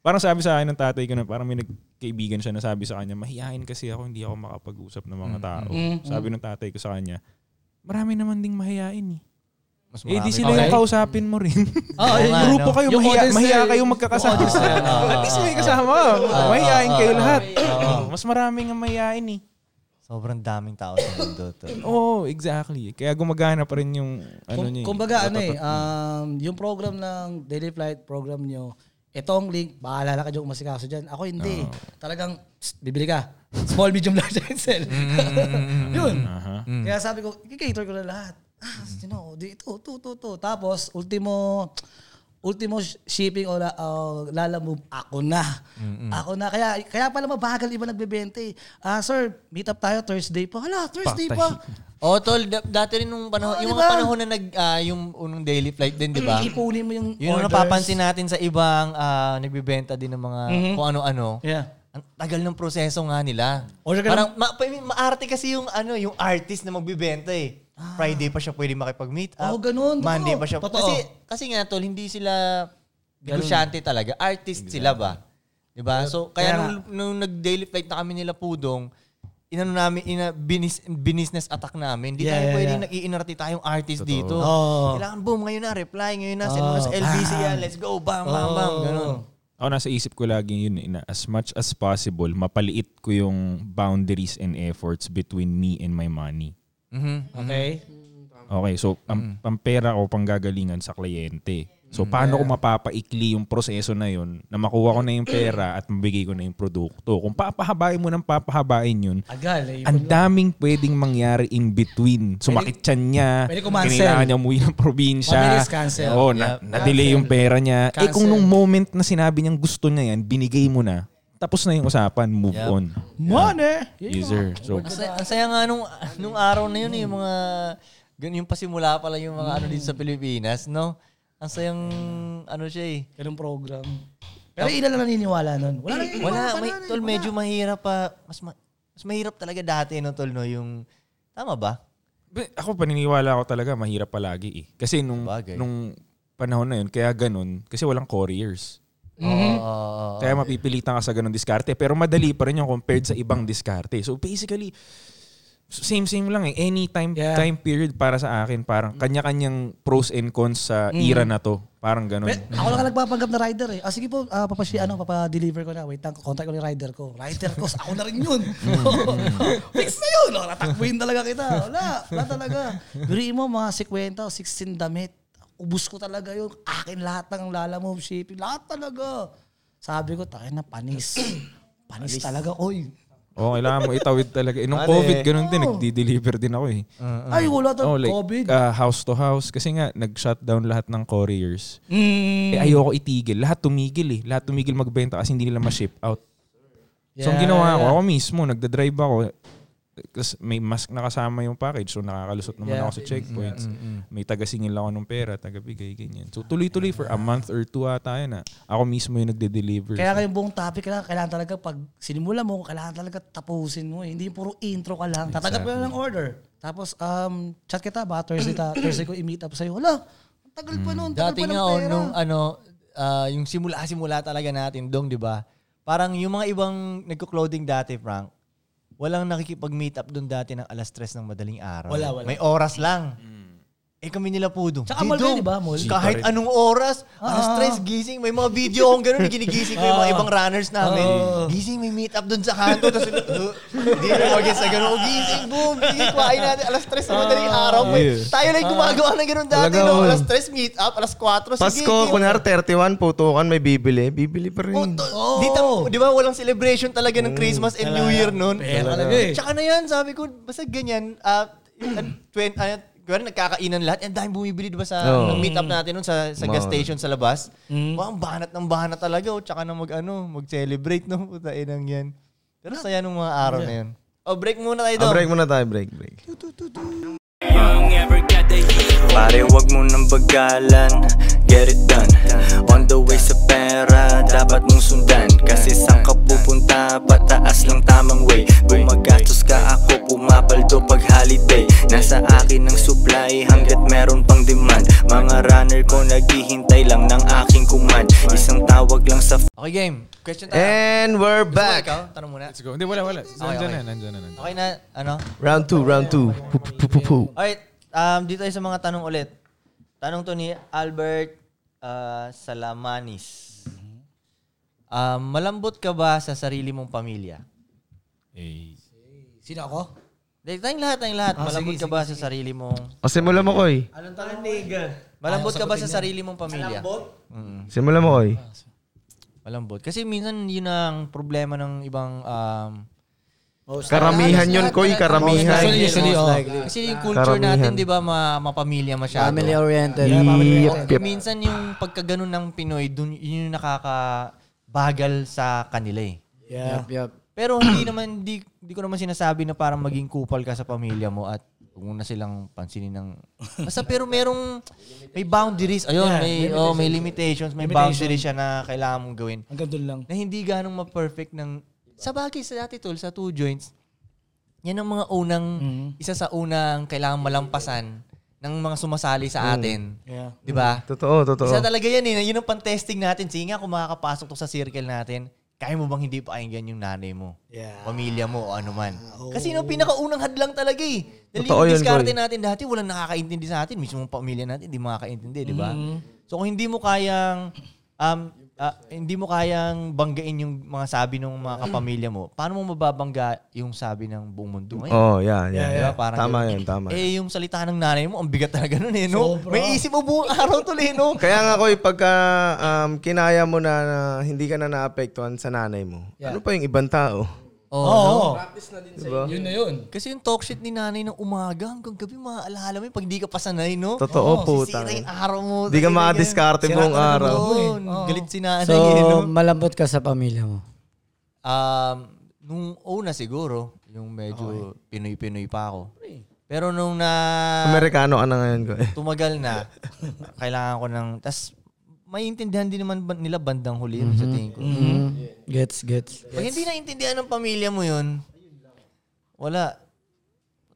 Parang sabi sa akin ng tatay ko na parang may nagkaibigan siya na sabi sa kanya, mahihain kasi ako, hindi ako makapag-usap ng mga tao. Mm-hmm. Sabi ng tatay ko sa kanya, marami naman ding mahihain eh. Mas Eh di marami sila pa. yung kausapin mo rin. Oo, Oo nga, Grupo no. kayo, Yung mahiya, audience mahiya na- kayong magkakasama. yung audience na yan, oo, At least may kasama. Mahihain kayo lahat. Mas marami nga mahihain eh. Sobrang daming tao sa mundo, tol. Oo, exactly. Kaya gumagana pa rin yung ano Kung, niya. eh. kumbaga ano eh, um, yung program ng Daily Flight program nyo, itong link, bahala na kayo kung masikaso dyan. Ako hindi. eh. Talagang, psst, bibili ka. Small, medium, large, XL. Yun. Kaya sabi ko, i-cater ko na lahat. Ah, you know, di ito, ito, ito, ito. Tapos, ultimo, ultimo sh- shipping o la, o lalamove, ako na. Ako na. Kaya, kaya pala mabagal iba nagbebente. Ah, sir, meet up tayo Thursday pa. Hala, Thursday pa. Oo, Oh, tol. da- Dati rin nung panahon, Oo, yung diba? mga panahon na nag, ah, yung unang daily flight din, di ba? Ipunin mo yung Ah. Yun ang orders. napapansin natin sa ibang ah, nagbibenta din ng mga kung ano-ano. Yeah. Ang tagal ng proseso nga nila. Order ka Parang ma- pa- maarte kasi yung ano, yung artist na magbebenta eh. Friday pa siya pwede makipag-meet up. Oo, Ah. Oh, ganun. Totoo. Monday pa siya. Totoo. Kasi kasi nga tol, hindi sila negosyante talaga. Artist sila ba? 'Di ba? So kaya Kaya nung, nung nag-daily flight na kami nila Pudong, inano namin ina binis, business attack namin. Hindi Yeah, tayo yeah, pwede yeah. nag-iinarte tayong artist dito. Oo. Oh, Kailangan boom ngayon na reply ngayon na send mo na Oo, sa LBC yan. ah, Let's go. Bam bam bam. Oh. Ganun. Ako nasa isip ko lagi yun eh, na as much as possible, mapaliit ko yung boundaries and efforts between me and my money. Mm-hmm. Okay. Okay, so ang, Mm. ang pera ko panggagalingan sa kliyente. So paano ko mapapaikli yung proseso na yun na makuha ko na yung pera at mabigay ko na yung produkto? Kung papahabain mo ng papahabain yun, Agal. Eh. ang daming pwedeng mangyari in between. Sumakitsan niya, pwede kumancel. kailangan niya umuwi ng probinsya. Mabilis cancel. Oo, na, na-delay yung pera niya. Eh Cancel. kung nung moment na sinabi niyang gusto niya yan, binigay mo na, tapos na yung usapan, move on. Money! User. So, Diba? Ang saya, ang saya nga nung, nung araw na yun, eh, yung mga, gan- yung pasimula pala yung mga ano dito sa Pilipinas, no? Ang sayang, ano siya eh. Ganun program. Pero ina lang naniniwala nun. Wala na Wala, may, tol, medyo mahirap pa. Mas, ma- mas mahirap talaga dati, no, tol, no? Yung, tama ba? Ano Be- ako paniniwala ako talaga mahirap palagi eh. Kasi nung Bagay. nung panahon na yun, kaya ganun, kasi walang couriers. Mm-hmm. Oo. Kaya mapipilitan ka sa ganung diskarte. Pero madali pa rin yung compared sa ibang diskarte. So basically, same same lang eh. Any time Yeah. time period para sa akin parang Mm. kanya-kanyang pros and cons sa Mm-hmm. era na to. Parang ganun. Pe- ako lang nagpapanggap na rider eh. Ah, sige po, ah, papashi, ano, papadeliver ko na. Wait lang, contact ko ni rider ko. Rider ko, ako na rin yun. Fix na yun. Oh, natakbuhin talaga kita. Wala, wala talaga. Biriin mo, mga 50 o 16 damit. Ubus ko talaga yun. Akin lahat ng lala mo, shipping. Lahat talaga. Sabi ko, tayo na, panis. panis talaga, oy. Oo, kailangan mo itawid talaga. Eh, nung COVID, ganun din. Nagdi-deliver din ako eh. Uh-huh. Ay, wala Oo, like, talaga. Oh. Oh, Ano COVID. uh, ah, house to house. Kasi nga, nag-shutdown lahat ng couriers. Mm-hmm. Eh, Mm. ayoko itigil. Lahat tumigil eh. Lahat tumigil magbenta kasi hindi nila ma-ship out. So, ang ginawa ko, ako mismo, nagda-drive ako. Tapos may mask na kasama yung package. So, nakakalusot naman ako Mm, sa checkpoints. May tagasingil ako ng pera, tagabigay, ganyan. So, tuloy-tuloy for a month or two ata yun ah. Ako mismo yung nagde-deliver. Kaya nga yung buong topic, kailangan, kailangan talaga pag sinimula mo, kailangan talaga tapusin mo. Eh. Hindi yung puro intro ka lang. Tatanggap ka lang ng order. Tapos, um, chat kita ba? Thursday, ta, Thursday ko i-meet up sa'yo. Wala, ang tagal Mm. pa nun. Tagal Dati pa ng nga, oh, pera. nung ano, ah, yung simula-simula talaga natin, Dong, di ba? Parang yung mga ibang nagko-clothing dati, Frank, walang nakikipag-meet up doon dati ng alas tres ng madaling araw. Wala, wala. May oras lang. Eh kami nila po doon. Tsaka mall kayo, di ba? Mall. Kahit anong oras, alas Ah. tres, gising. May mga video akong ganun, ginigising ko yung mga ibang runners namin. Ah. Gising, may meet up doon sa kanto. Tapos, uh, hindi na mag sa ganun. "Oh, Gising, boom, gising, kuhain natin. Alas tres ng madaling araw. May- Tayo lang yung gumagawa ng ganun dati. Ah. Talaga, No? oh. Alas tres, meet up. Alas kwatro, sige. Pasko, game. kunyari 31, putukan, may bibili. Bibili Oh, pa rin. Ah, to- Di, tam- di ba walang celebration talaga ng Mm, Christmas and New Year noon? Pera talaga eh. Tsaka na yan, sabi ko, basta ganyan, ah, yung uh, twen- ah, kuwari nagkakainan lahat, and dahil bumibili, di ba, sa Oo. meet meetup Mm. natin noon sa, sa gas Mga- station sa labas. Wow, ang banat ng banat talaga, oh, tsaka na mag, ano, mag-celebrate, no, puta inang yan. Pero saya nung mga araw na yun. Oh, break muna tayo, Ah, Dom. break muna tayo, break, break. Pare wag mo nang bagalan Get it done On the way sa pera Dapat mong sundan Kasi saan ka pupunta Pataas lang tamang way Gumagastos ka ako Pumapaldo pag holiday Nasa akin ang supply Hanggat meron pang demand Mga runner ko Naghihintay lang ng aking command Isang tawag lang sa Okay, game. Question tayo. And we're Gusto mo Eh, back. Ikaw, tanong muna. Let's go. Hindi, wala, wala. Nandyan na, nandyan na, nandyan na. Okay na, ano? Round 2, round 2. Alright, um, dito tayo sa mga tanong ulit. Tanong to ni Albert uh, Salamanis. Um, malambot ka ba sa sarili mong pamilya? Eh, Sino ako? Ah, Dahil tayong lahat, tayong lahat. malambot ka ba sa sarili mong... Oh, Simulan mo, Koy. Malambot ka ba sa sarili mong pamilya? Malambot? Simulan mo, Koy. Malambot. Kasi minsan yun ang problema ng ibang... Um, Karamihan yun, Koy. Karamihan. Usually, usually, oh. kasi yung culture natin, Karamihan. di ba, ma- mapamilya masyado. Family-oriented. Yep. Minsan yung pagkaganon ng Pinoy, dun, yun yung nakakabagal sa kanila eh. Yup, yup. Pero hindi naman, di, di ko naman sinasabi na parang maging kupal ka sa pamilya mo at huwag mo na silang pansinin ng... Basta pero merong, may boundaries. Ayun, may, oh, may limitations, may boundaries siya na kailangan mong gawin. Hanggang doon lang. Na hindi ganong ma-perfect ng... Sa bagay, sa dati tol, sa two joints, yan ang mga unang, isa sa unang kailangan malampasan ng mga sumasali sa atin. Yeah. Di ba? Totoo, totoo. Isa talaga yan eh. na Yun ang pantesting natin. Sige nga, kung makakapasok to sa circle natin, kaya mo bang hindi pakinggan yung nanay mo? Pamilya mo o ano man. Kasi yun ang pinakaunang hadlang talaga eh. Dahil Ah, Totoo yung yun, diskarte Boy. natin dati, walang nakakaintindi sa atin. Mismo ang pamilya natin, hindi makakaintindi, di ba? Mm-hmm. So kung hindi mo kayang, um, ah, hindi mo kayang banggain yung mga sabi ng mga kapamilya mo, paano mo mababangga yung sabi ng buong mundo ngayon? Oh, yeah, yeah. Di ba? Parang Tama ganun. yun, tama. yun. Eh, yung salita ng nanay mo, ang bigat talaga nun eh, no? May isip mo buong araw tuloy, no? Kaya nga, Koy, pagka um, kinaya mo na, na hindi ka na naapektuhan sa nanay mo, ano pa yung ibang tao? Oh, Oo. Yun na yun. Kasi yung talk shit ni nanay ng umaga hanggang gabi, maaalala mo yun pag di ka pasanay, no? Totoo, putang. Sisira yung araw mo. Hindi ka makadiskarte buong araw. Oo, ano, galit si nanay. So, eh, no? malambot ka sa pamilya mo. Um, nung una siguro, yung medyo Pinoy-Pinoy pa ako. Pero nung na Amerikano ka na ngayon, Koy. tumagal na, kailangan ko ng... tas maiintindihan din naman ba- nila bandang huli yun sa Mhm. tingin ko. Hmm? Gets, gets. Pag hindi naintindihan ng pamilya mo yun, wala.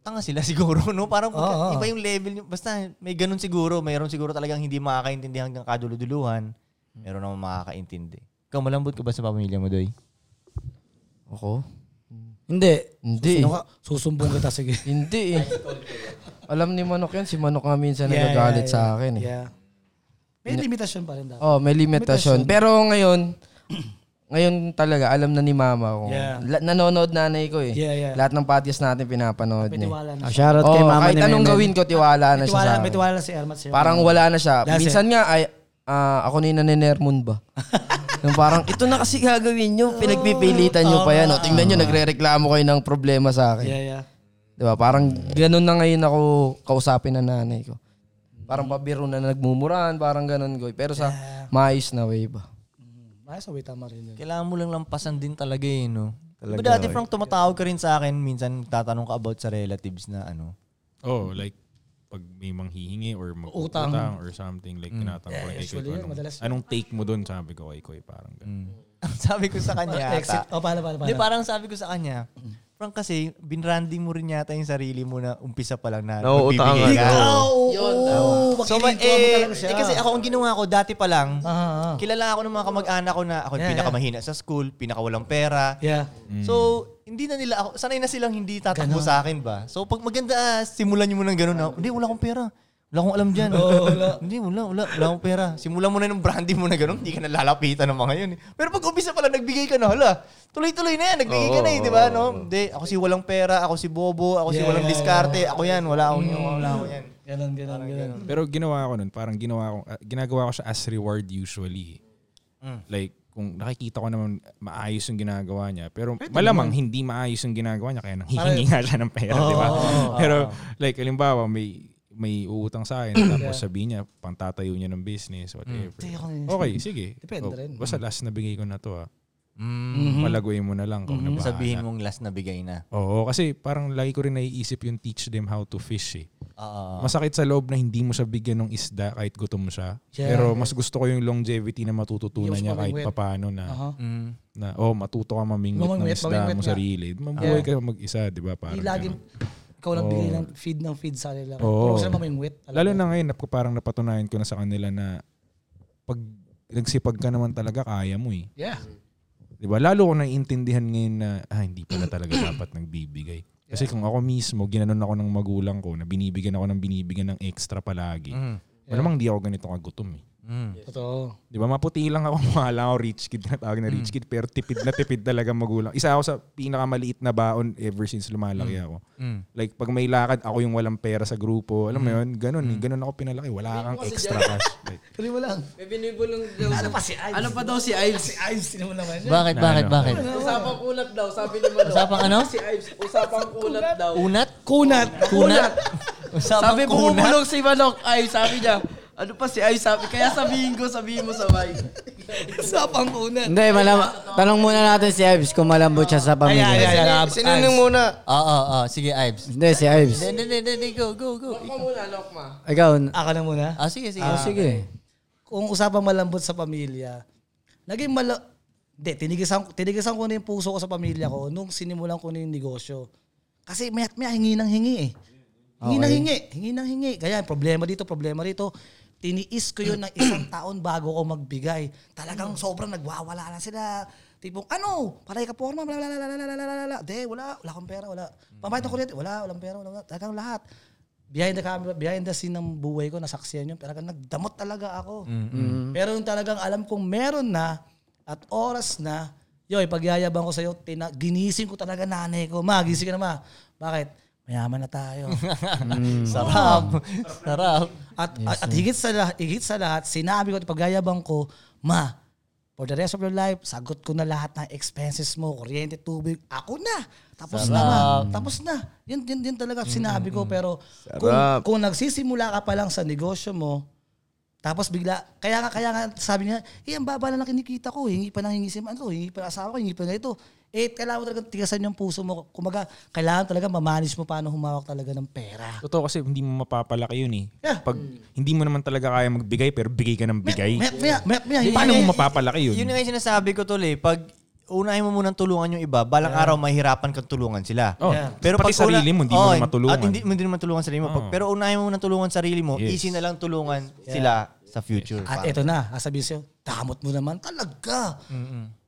Tanga sila siguro, no? Parang pagka- iba yung level. nyo. Basta may ganun siguro. Mayroon siguro talagang hindi makakaintindihan hanggang kaduluduluhan. Meron naman makakaintindi. Ikaw, malambot ka ba sa pamilya mo, Doy? Ako? Hindi. Hindi. Sino ka? Susumbong kita, sige. Hindi eh. Alam ni Manok yan. Si Manok nga minsan Yeah, yeah, nagagalit sa yeah. akin eh. Yeah. May limitasyon pa rin dapat. Oh, may Limitasyon. limitasyon. Pero ngayon, ngayon talaga, alam na ni mama ko. Yeah. La- nanonood nanay ko eh. Yeah, yeah. Lahat ng podcast natin pinapanood niya. eh. Piniwala Oh, na siya. shoutout kay Oh, mama kahit ni anong Memen. gawin ko, tiwala na siya Pitiwala, sa may akin. tiwala si Ermat sa'yo. Parang wala na siya. That's Minsan nga, ay, ah, ako na yung nanenermon ba? Yung parang, ito na kasi gagawin Oh, nyo. Pinagpipilitan nyo pa yan. O, tingnan nyo, nagre-reklamo kayo ng problema sa akin. Yeah, yeah. Di ba? Parang ganun na ngayon ako kausapin ng nanay ko. Parang pabiro na nagmumurahan, parang ganun, goy. Pero sa maayos na way ba? Ayos, away, tama rin yun. Kailangan mo lang lampasan din talaga eh, no? Talaga, diba dati, Frank, tumatawag ka rin sa akin, minsan tatanong ka about sa relatives na ano. Oh, like pag may manghihingi or Utang. mag-utang or something like tinatanong ko kay Koy, usually yun, anong, madalas Mm. yun. anong take mo doon sabi ko kay Koy parang ganun. Ang sabi ko sa kanya, Exit. ata, Oh, paano, paano, Hindi, paano? parang sabi ko sa kanya, Frank kasi, binranding mo rin yata yung sarili mo na umpisa pa lang na Nauutangan magbibigay ka. Oo, oo. So, ma- Makinig ka, eh, talaga siya. eh, kasi ako, ang ginawa ko dati pa lang, Ah, ah. kilala ako ng mga kamag-anak ko na ako yung Yeah, pinakamahina sa school, pinakawalang pera. Yeah. So, hindi na nila ako, sanay na silang hindi tatakbo sa akin ba? So, pag maganda, ah, simulan niyo muna ng ganun na, hindi, wala akong pera. Wala akong alam dyan. Hindi, wala, wala, wala akong pera. Simulan mo na ng brandy mo na ganun, hindi ka na lalapitan ng mga yun. eh. Pero pag umpisa pala, nagbigay ka na, hala, tuloy-tuloy na yan, nagbigay ka na eh, di ba? No? Hindi, ako si walang pera, ako si bobo, ako si Yeah, walang yeah, Mm. diskarte, ako yan, wala akong, wala akong yan. Ganun, ganun, ganun. Pero ginawa ko nun, parang ginawa ko, ah, ginagawa ko siya as reward usually. Mm. Like, kung nakikita ko naman maayos yung ginagawa niya. Pero malamang hindi maayos yung ginagawa niya kaya nanghihingi nga siya ng pera, di ba? Pero like, halimbawa, may may uutang sa akin tapos sabihin niya pantatayo niya ng business whatever. Mm. ako yun. Okay, sige. Oh, Depende rin. Mm-hmm. Basta last na bigay ko na to ah. Palaguin mo na lang kung nabahala. Mm. Sabihin mong last na bigay na. Oo, kasi parang lagi ko rin naiisip yung teach them how to fish eh. Ah. Oo. Masakit sa loob na hindi mo siya bigyan ng isda kahit gutom siya. Yeah. Pero mas gusto ko yung longevity na matututunan Yung niya kahit mamingwit. papaano na, Aha. na oh, matuto ka mamingwit ng Mamingwit, isda mamingwit mo nga. sarili. Mabuhay ka mag-isa, di ba? Hindi Parang laging ganun. ikaw lang bigay ng feed ng feed sa nila. Oo. Pero sila mamingwit. talaga. Lalo na ngayon, nap- parang napatunayan ko na sa kanila na pag nagsipag ka naman talaga, kaya mo eh. Yeah. Di ba? Lalo ko naiintindihan ngayon na ah, hindi pala talaga dapat nagbibigay. Kasi kung ako mismo, ginanon ako ng magulang ko na binibigyan ako ng binibigyan ng extra palagi. Mm-hmm. Malamang di ako ganito kagutom eh. Totoo. Di ba? Maputi lang ako. Mukha ako rich kid na tawag na rich kid. Pero tipid na tipid talaga magulang. Isa ako sa pinakamaliit na baon ever since lumalaki ako. Like pag may lakad, ako yung walang pera sa grupo. Alam mo yun? Ganun. eh. Ganun ako pinalaki. Wala kang extra cash. Like, Tuloy mo lang. May binibulong daw. Ano pa si Ives? Ano pa daw si Ives? Ayos, sino mo naman. Bakit, bakit, bakit? Usapang kulat daw, sabi ni Manok. Usapang ano? Ano? Si Ives, usapang kulat daw. Unat? Kunat. Kunat? Usapang Sabi kunat? bumubulong si Manok. Ay, sabi niya, ano pa si Ives? Sabi, kaya sabihin ko, sabihin mo sabay. Usapang kunat. Hindi, malam tanong muna natin si Ives kung malambot siya sa pamilya. Ay, ay, ay. Sinunong muna. Oo, oo, oo. Sige, Ives. Hindi, si Ives. Hindi, hindi, hindi, hindi. Go, go, go. Ikaw, Ako na muna. Ah, sige, sige. ah, sige. Kung usapang malambot sa pamilya, naging mala... Hindi, tinigisan, tinigisan ko na yung puso ko sa pamilya ko nung sinimulan ko na yung negosyo. Kasi may, may hingi ng hingi eh. Hingi ng hingi, hingi ng hingi. Kaya problema dito, problema dito. Tiniis ko yun ng isang taon bago ko magbigay. Talagang sobrang nagwawala na sila. Tipong, ano? Paray ka forma, bla bla bla bla bla bla bla bla. De, wala, wala akong pera, wala. Pambayad ng kuryente, wala, walang pera, wala, wala. Talagang lahat. Behind the camera, behind the scene ng buhay ko, nasaksiyan yun. Talagang nagdamot talaga ako. Pero yung talagang alam kong meron na at oras na, yoy, pagyayabang ko sa'yo, tina- ginising ko talaga nanay ko. Ma, gising ka na ma. Bakit? Mayaman na tayo. Sarap. Sarap. Mm. At, at, at higit sa lahat, higit sa lahat, sinabi ko at pagyayabang ko, ma, for the rest of your life, sagot ko na lahat ng expenses mo, kuryente, tubig, ako na. Tapos na, ma. Tapos na. Yun, yun, yun talaga sinabi ko. Pero kung, kung nagsisimula ka pa lang sa negosyo mo, tapos bigla, kaya nga, kaya nga, sabi niya, eh, ang baba na lang kinikita ko, hingi pa ng hingi si man ko, hingi pa ng asawa ko, hingi pa na ito. Eh, kailangan mo talaga tigasan yung puso mo. Kumaga, kailangan talaga mamanage mo paano humawak talaga ng pera. Totoo kasi hindi mo mapapalaki yun eh. Yeah. Mm. Pag hindi mo naman talaga kaya magbigay pero bigay ka ng bigay. Met, met, met, met, met, Paano met. mo mapapalaki yun? Yun na nga yung sinasabi ko tol eh. Pag unahin mo munang tulungan yung iba, balang araw mahirapan kang tulungan sila. Oh, Pero pati pag una- sarili mo, hindi mo Oo, na matulungan. At hindi mo din naman tulungan sarili mo. Pag- Oo. pero unahin mo munang tulungan sarili mo, Yes. easy na lang tulungan sila sa future. At ito na, sabi sa'yo, damot mo naman talaga. mm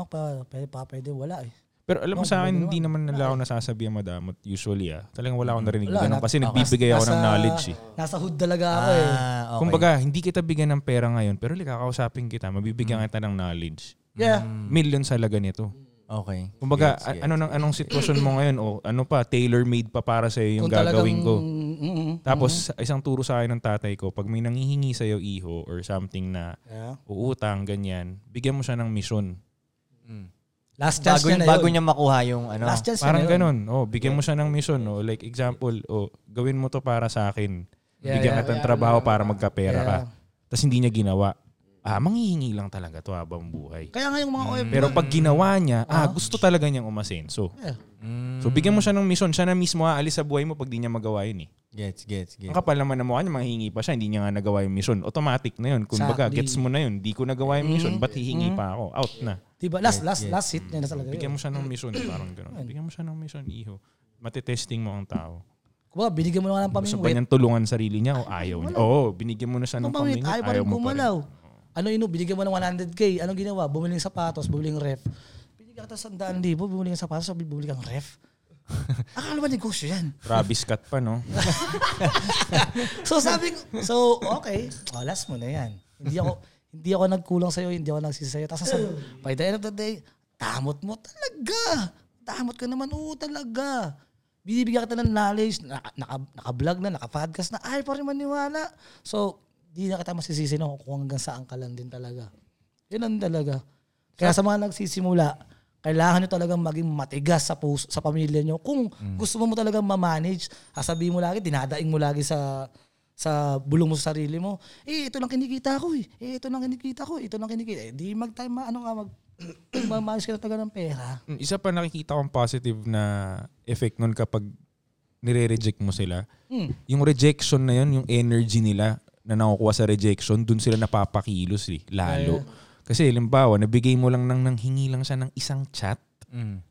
pa, pwede pa, pwede, wala eh. Pero alam mo sa akin, hindi naman nila ako nasasabihan madamot usually ah. Talagang wala akong narinig Wala, ganun na- kasi oh, nagbibigay ako ng nasa- knowledge eh. Nasa hood talaga ako eh. Ah, okay. Kumbaga, hindi kita bigyan ng pera ngayon pero like, kakausapin kita, Mm. mabibigyan kita ng knowledge. Yeah. Millions halaga nito. Okay. Kumbaga, a- ano nang anong sitwasyon mo ngayon o ano pa tailor-made pa para sa yung gagawin ko. Mm-mm. Tapos isang turo sa akin ng tatay ko, pag may nanghihingi sa iho or something na uutang ganyan, bigyan mo siya ng mission. Last chance Bago, niya na bago yun. niya makuha yung ano. Last chance niya Parang na yun. ganun. Oh, bigyan mo siya ng mission, no? Like example, oh, gawin mo to para sa akin. Yeah, bigyan yeah. ka ng trabaho para magkapera ka. Tapos hindi niya ginawa. Ah, manghihingi lang talaga to habang buhay. Kaya nga yung mga OFW. Mm. Pero pag ginawa niya, ah, gusto talaga niyang umasenso. So bigyan mo siya ng mission, siya na mismo aalis sa buhay mo pag di niya magawa yun eh. Gets, gets, Ang gets. kapal naman na mukha niya, manghingi pa siya, hindi niya nga nagawa yung mission. Automatic na yun. Kung baga, Exactly. gets mo na yun, di ko nagawa yung mission, ba't hihingi pa ako? Out na. Diba? Last, last, last hit niya na talaga Bigyan yun. mo siya ng mission, parang gano'n. Bigyan mo siya ng mission, iho. Matitesting mo ang tao. Kumbaga, binigyan mo na nga ng Gusto pamingwit. ba niyang tulungan sarili niya o ayaw niya? Oo, binigyan mo na siya ng Ang pangit, pamingin, ayaw pa ayaw rin mo pa rin. gumalaw. Ano yun, binigyan mo ng 100k, anong ginawa? Bumili ng sapatos, bumili ng ref. Binigyan ka ng 100,000, bumili ng sapatos, sabi, bumili ng ref. Akala ba negosyo yan? Travis Scott pa, no? So sabi ko, so okay, oh, last mo na yan. Hindi ako, hindi ako nagkulang sa'yo, hindi ako nagsisi sa'yo. Tapos sabi, by the end of the day, tamot mo talaga. Tamot ka naman, oo talaga. Binibigyan kita ng knowledge, naka, naka, naka-vlog na, naka-podcast na, ay pa rin maniwala. So, di na kita masisisi no, kung hanggang saan ka lang din talaga. Yun ang talaga. Kaya sa mga nagsisimula, kailangan nyo talagang maging matigas sa puso, sa pamilya nyo. Kung Mm. gusto mo mo talagang ma-manage, sasabihin mo lagi, dinadaing mo lagi sa sa bulong mo sa sarili mo, eh, ito lang kinikita ko eh. Eh, ito lang kinikita ko. Ito lang kinikita. Eh, di mag time, ano nga, mag, mag-manage ka na talaga ng pera. Mm, Isa pa nakikita kong positive na effect nun kapag nire-reject mo sila. Yung rejection na yun, yung energy nila na nakukuha sa rejection, dun sila napapakilos eh, lalo. Kasi limbawa, nabigay mo lang ng nanghingi lang siya ng isang chat,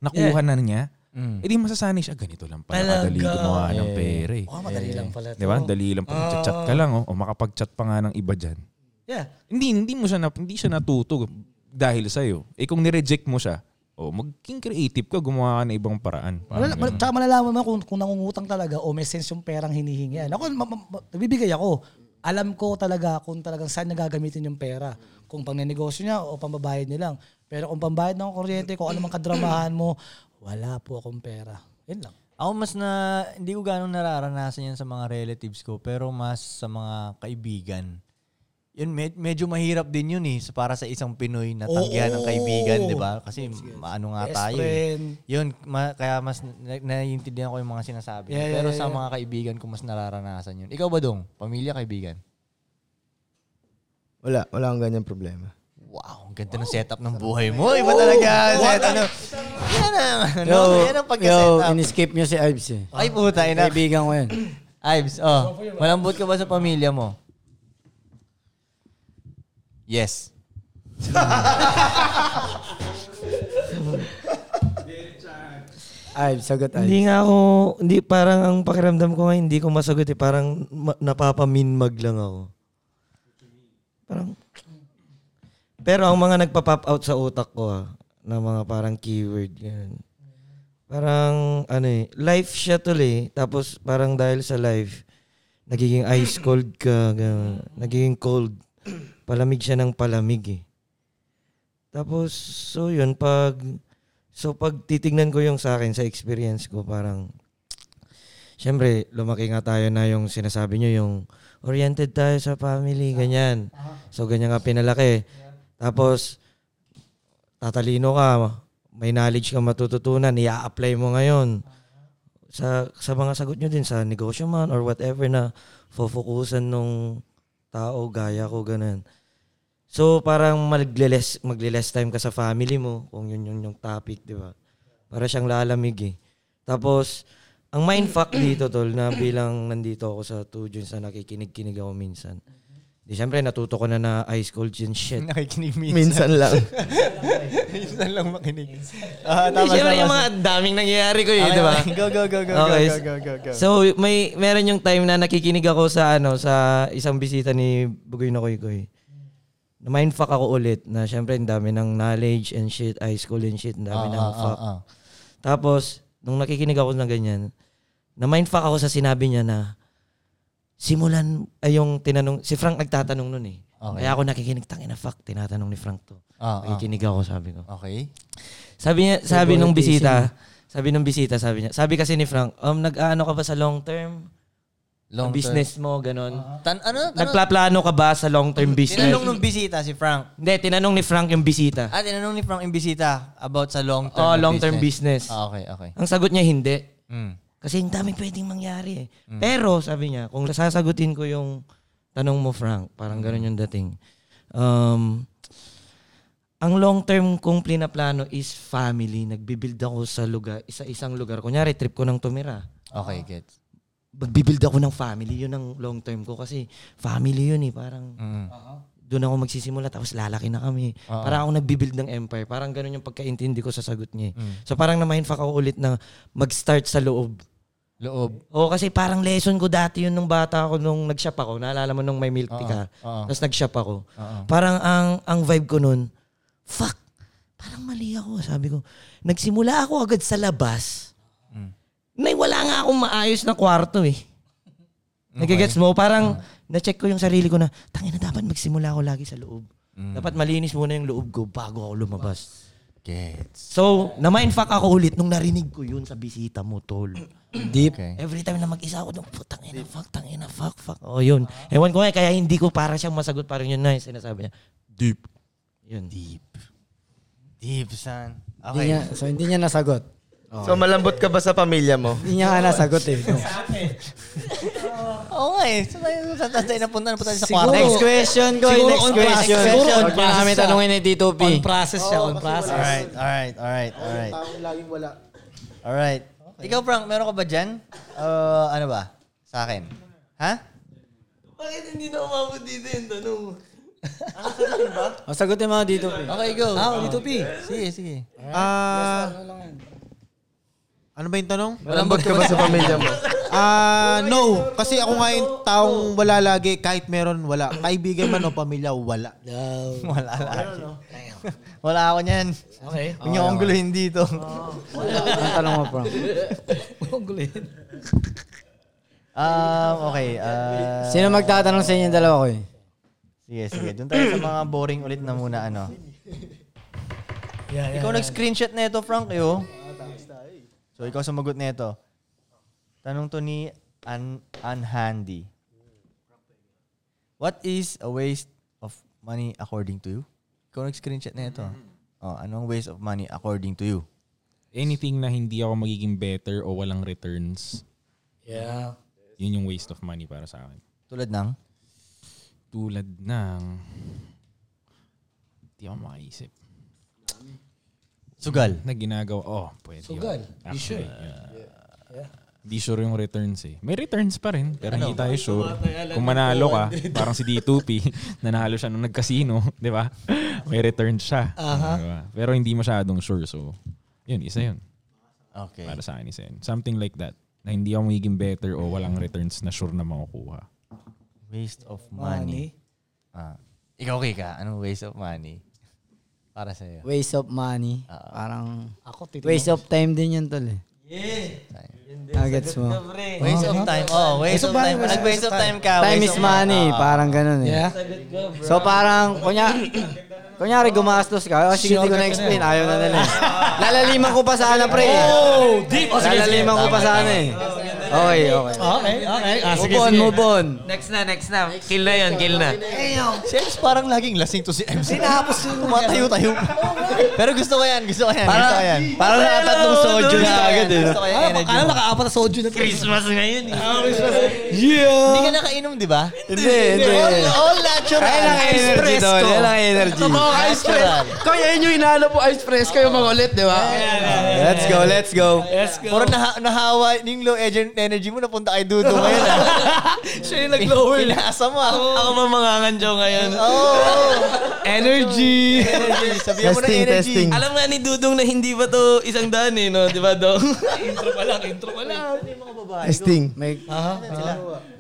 nakuha na niya, eh di masasanay siya, "Ah, ganito lang pala Talaga. Oh, kadali gumawa ng pera eh. Baka madali lang pala. Di ba? Dali lang pala, chat ka lang oh, o makapag-chat pa nga ng iba dyan. Yeah. Hindi, hindi mo siya, na, hindi siya natuto dahil sa'yo. Eh kung nireject mo siya, oh, maging creative ka, gumawa ka ng ibang paraan. Malala, Parang mal- ganun. tsaka malalaman mo kung, kung nangungutang talaga o may sense yung perang hinihingi. Ako, ma- ma- ma- nabibigay ako. Alam ko talaga kung talagang saan niya gagamitin yung pera. Kung pang negosyo niya o pambabayad niya lang. Pero kung pambayad ng kuryente, kung ano mang kadramahan mo, wala po akong pera. Yun lang. Ako mas na, hindi ko ganong nararanasan yan sa mga relatives ko, pero mas sa mga kaibigan. Yun, med- medyo mahirap din yun eh, sa- para sa isang Pinoy na tanggihan ng kaibigan, di ba? Kasi maano nga Best tayo eh. friend. Yun, ma- kaya mas na- naiintindihan ko yung mga sinasabi. Yeah, yeah, pero yeah, sa yeah. mga kaibigan ko, mas nararanasan yun. Ikaw ba, Dong? Pamilya, kaibigan? Wala, wala akong ganyan problema. Wow, ang ganda ng setup ng buhay mo. Iba talaga. Set, ano, yan ang, ano, yan ang yo, pagka-setup. in-skip nyo si Ives eh. Ay, puta, ina. Kaibigan ko yan. Ives, oh. Malambot ka ba sa pamilya mo? Yes. Ives, sagot Ives. Hindi nga ako, hindi parang ang pakiramdam ko ngayon, hindi ko masagot eh. Parang ma- napapaminmag lang ako. Parang, pero ang mga nagpa-pop out sa utak ko ah, na mga parang keyword, ganun. Parang, ano eh, life siya tol eh. Tapos parang dahil sa life, nagiging ice cold ka, ganun. nagiging cold. Palamig siya ng palamig eh. Tapos, so yun, pag, so pag titignan ko yung sa akin, sa experience ko, parang, syempre, lumaki nga tayo na yung sinasabi nyo, yung oriented tayo sa family, ganyan. So, ganyan nga pinalaki. Tapos, tatalino ka, may knowledge ka matututunan, i-apply mo ngayon. Sa, sa mga sagot nyo din, sa negosyo man or whatever na focusan nung tao, gaya ko, ganun. So parang magle-less, magle-less time ka sa family mo kung yun yung, yung topic, di ba? Para siyang lalamig eh. Tapos, ang mindfuck dito, tol, na bilang nandito ako sa two Junes na nakikinig-kinig ako minsan. Di syempre, natuto ko na na ice cold yun shit. Nakikinig Minsan lang. Minsan lang makinig. Ah, Hindi, tama, syempre, tama. yung mga daming nangyayari ko yun, di ba? Go, go, go, go, Okay. go, go, go, go, go. So, may meron yung time na nakikinig ako sa ano sa isang bisita ni Bugoy na Koykoy. Na Ah, mindfuck ako ulit na syempre ang dami ng knowledge and shit, high school and shit, ang dami ng fuck. Tapos, nung nakikinig ako ng ganyan, na-mindfuck ako sa sinabi niya na simulan, ay yung tinanong, si Frank nagtatanong nun eh. Okay. Kaya ako nakikinig, tangina fuck, tinatanong ni Frank to. Ah, ah. nakikinig ako, sabi ko. Okay. Sabi niya, sabi nung bisita, sabi nung bisita, sabi niya. Sabi kasi ni Frank, um, nag-ano ka ba sa long term? Long Ang business mo, ganun. Tan, ano? Tanong, Nagplaplano ka ba sa long term business? tinanong nung bisita si Frank. Hindi, tinanong ni Frank yung bisita. Ah, tinanong ni Frank yung bisita about sa long term Oh, long-term business. Ah, okay, okay. Ang sagot niya, hindi. Mm. Kasi ang daming pwedeng mangyari eh. Pero, sabi niya, kung sasagutin ko yung tanong mo, Frank, Mm. parang ganun yung dating. Um, ang long term kong plano is family. Nagbibuild ako sa lugar, isa-isang lugar. Kunyari, trip ko ng tumira. Okay, gets. Magbibuild ako ng family. Yun ang long term ko kasi family yun eh. Parang Mm-hmm. doon ako magsisimula tapos lalaki na kami. Uh-huh. Parang ako nagbibuild ng empire. Parang ganun yung pagkaintindi ko sa sagot niya. eh. Mm. So parang na-mindfuck ako ulit na mag-start sa loob. Loob. Oo, kasi parang lesson ko dati yun nung bata ako, nung nag-shop ako. Naalala mo nung may milk tea ka. oo. Tapos nag-shop ako. Uh-huh. Parang ang, ang vibe ko nun, fuck, parang mali ako. Sabi ko, nagsimula ako agad sa labas. Mm. Nay, wala nga akong maayos na kwarto eh. Nagigets mo? Parang na-check ko yung sarili ko na, tangina dapat magsimula ako lagi sa loob. Mm. Dapat malinis muna yung loob ko bago ako lumabas. Gets. So, na-mindfuck ako ulit nung narinig ko yun sa bisita mo, tol. Deep. Okay. Every time na mag-isa ako, nung putang ina, fuck, tang ina, fuck, fuck. Oh, yun. Ewan ko nga, kaya hindi ko para siyang masagot. Parang yun na yung sinasabi niya. Deep. Yun. Deep. Deep, son. Hindi Okay. niya, so hindi niya nasagot. So malambot ka ba sa pamilya mo? Hindi niya nga nasagot eh. No. Oo nga eh. Saan tayo, saan tayo napunta? Napunta tayo sa Siguro- kwarto. Next question, ko. Siguro Next on process. question. Siguro on Huwag na kami process siya. tanungin ni Tito On P. process siya, on process. Alright, alright, alright, alright. Taong laging wala. Alright. Ikaw, Frank, meron ka ba dyan? Uh, ano ba? Sa akin? Ha? O, sagutin mo dito P. Okay, go. Ah, dito, P. Sige, sige. Ah, ano ba yung tanong? Malambot ka ba sa pamilya mo? Ah, no. Kasi ako nga yung taong wala lagi. Kahit meron, wala. Kaibigan man o pamilya, wala. Wala lagi. Wala ako niyan. Okay. Huwag niyo akong guluhin dito. Ang tanong mo, Frank. Um, okay. ah, Sino magtatanong sa inyo dalawa ko eh? sige, sige. Doon tayo sa mga boring ulit na muna, ano. ikaw nag-screenshot na ito, Frank, eh, oh. So, ikaw sumagot na ito. Tanong to ni An Unhandy. What is a waste of money according to you? Ikaw nag-screenshot na ito. Oh, anong waste of money according to you? Anything na hindi ako magiging better o walang returns, Yeah. yun yung waste of money para sa akin. Tulad ng? Tulad ng... Hindi ako makaisip. Sugal. Na ginagawa, oh, pwede Sugal. yun. Actually, yeah. Di uh, sure yung returns eh. May returns pa rin, pero hindi tayo sure. Kung manalo ka, parang si D2P, nanalo siya nung nagkasino, di ba? May returns siya. Di ba? Pero hindi masyadong sure, so yun, isa yun. Okay. Para sa akin, isa yun. Something like that. Na hindi ako magiging better o walang returns na sure na makukuha. Waste of money. Ah. Ikaw, Kika, anong waste of money? Para sa'yo. Waste of money. Parang Ako, tito. waste of time din yun tol eh. Yeah. Nagets mo. Waste of time. Oh, waste of time. Nag-waste of time ka. Time waste is of money. Parang ganun eh. Yeah? So parang, kunya, kunyari gumastos ka. O sige, hindi ko na-explain. Ayaw na nila. eh. Lalaliman ko pa sana pre. Oh, deep. Lalaliman ko pa sana eh. Okay, okay. Okay, okay. Ah, sige, Move on, sige. move on. Next na, next na. Kill na yun, kill na. Si Ems parang laging lasing to si Ems. Sinahapos yun. Tumatayo-tayo. Pero gusto ko yan. Gusto ko yan. gusto ko yan. Parang nakatatlong soju na agad. Eh. Gusto ko yung Ah, energy. Ah, akala nakaapat na soju na. Christmas ngayon eh. Hindi ka nakainom, di ba? Hindi, hindi. All, all natural. Ayun ang energy doon. Ayun ang energy. Ice press. Kaya yun yung inaano po, ice press kayo mga ulit, di ba? Let's go, let's go. Puro naha- nahawa yung low agent energy mo napunta kay Dudo ngayon. Siya yung Oh. nag-lower. Pinaasa mo. ah. Ako Ako, mamanganganjaw ngayon. Energy. energy. Sabihan mo na Testing, energy. testing. Alam nga ni Dudong na hindi ba to isang daan eh, no? Di ba, Dong? Testing. May,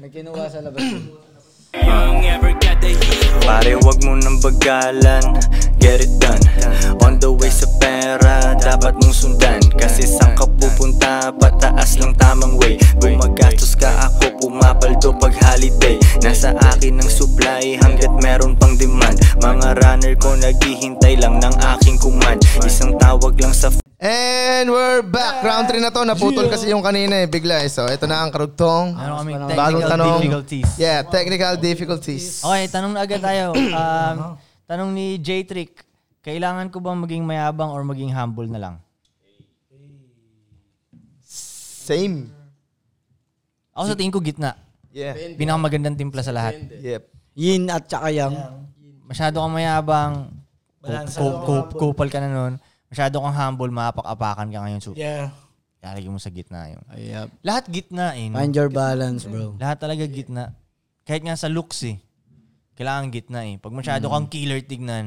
may kinuha sa labas. Pare wag mo nang bagalan Get it done On the way sa pera Dapat mong sundan Kasi saan ka pupunta Pataas lang tamang way Bumagastos ka ako Pumapaldo pag holiday Nasa akin ang supply Hanggat meron pang demand Mga runner ko Naghihintay lang ng aking command Isang tawag lang sa And we're back. Round 3 na to. Naputol kasi yung kanina eh. Bigla eh. So, ito na ang karugtong. Ano kami? Bagong Technical tanong. difficulties. Oh. Yeah, technical difficulties. Okay, tanong na agad tayo. Um, Ano? tanong ni J-Trick, kailangan ko bang maging mayabang or maging humble na lang? Same. Ako sa tingin ko gitna. Yeah. Pinakamagandang timpla sa lahat. Yep. Yin at saka yang. Masyado kang mayabang, kup- kup- kupal ka na nun. Masyado kang humble, maapak-apakan ka ngayon. So, Yeah. Lalagyan mo sa gitna yun. Lahat gitna eh. no? Find your balance, bro. Lahat talaga gitna. Kahit nga sa looks eh. Kailangan gitna eh. Pag masyado Mm. kang killer tignan,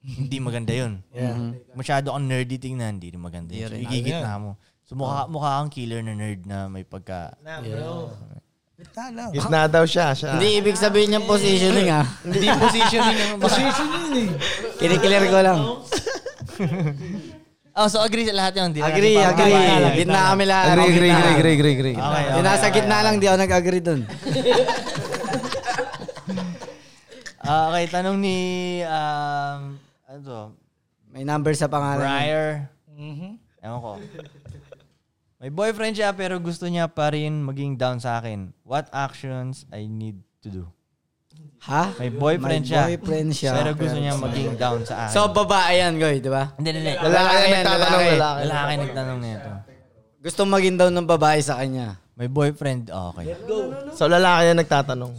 hindi maganda yun. Yeah. Mhm. Masyado kang nerdy tignan, hindi rin maganda yun. So, Hindi rin. Oh. igigitna mo. So mukha, mukha kang killer na nerd na may pagka... Na, bro. Gitna lang. Gitna daw siya. siya. Hindi ibig sabihin niyang positioning ah. Hindi positioning ang Positioning eh. Kiniklear ko lang. Oh, so agree sa lahat yun. Di natin Agree, pa- agree. Wala lang, Gitna wala lang. kami lahat. Ako gitna. Ah, Okay, okay, Yung nasa okay. gitna lang, di ako nag-agree dun. Ah, okay, tanong ni... Um, ano to? May number sa pangalan. Briar. Ewan ko. May boyfriend siya pero gusto niya pa rin maging down sa akin. What actions I need to do? Ha? May boyfriend May siya. boyfriend siya. Pero gusto niya Pero- maging down sa akin. So, babae yan, Goy, di ba? Hindi, hindi. Lalaki yan, nagtatanong. lalaki. Lalaki, nagtanong nito. Gusto maging daw ng babae sa kanya. May boyfriend, oh, okay. So, lalaki na nagtatanong.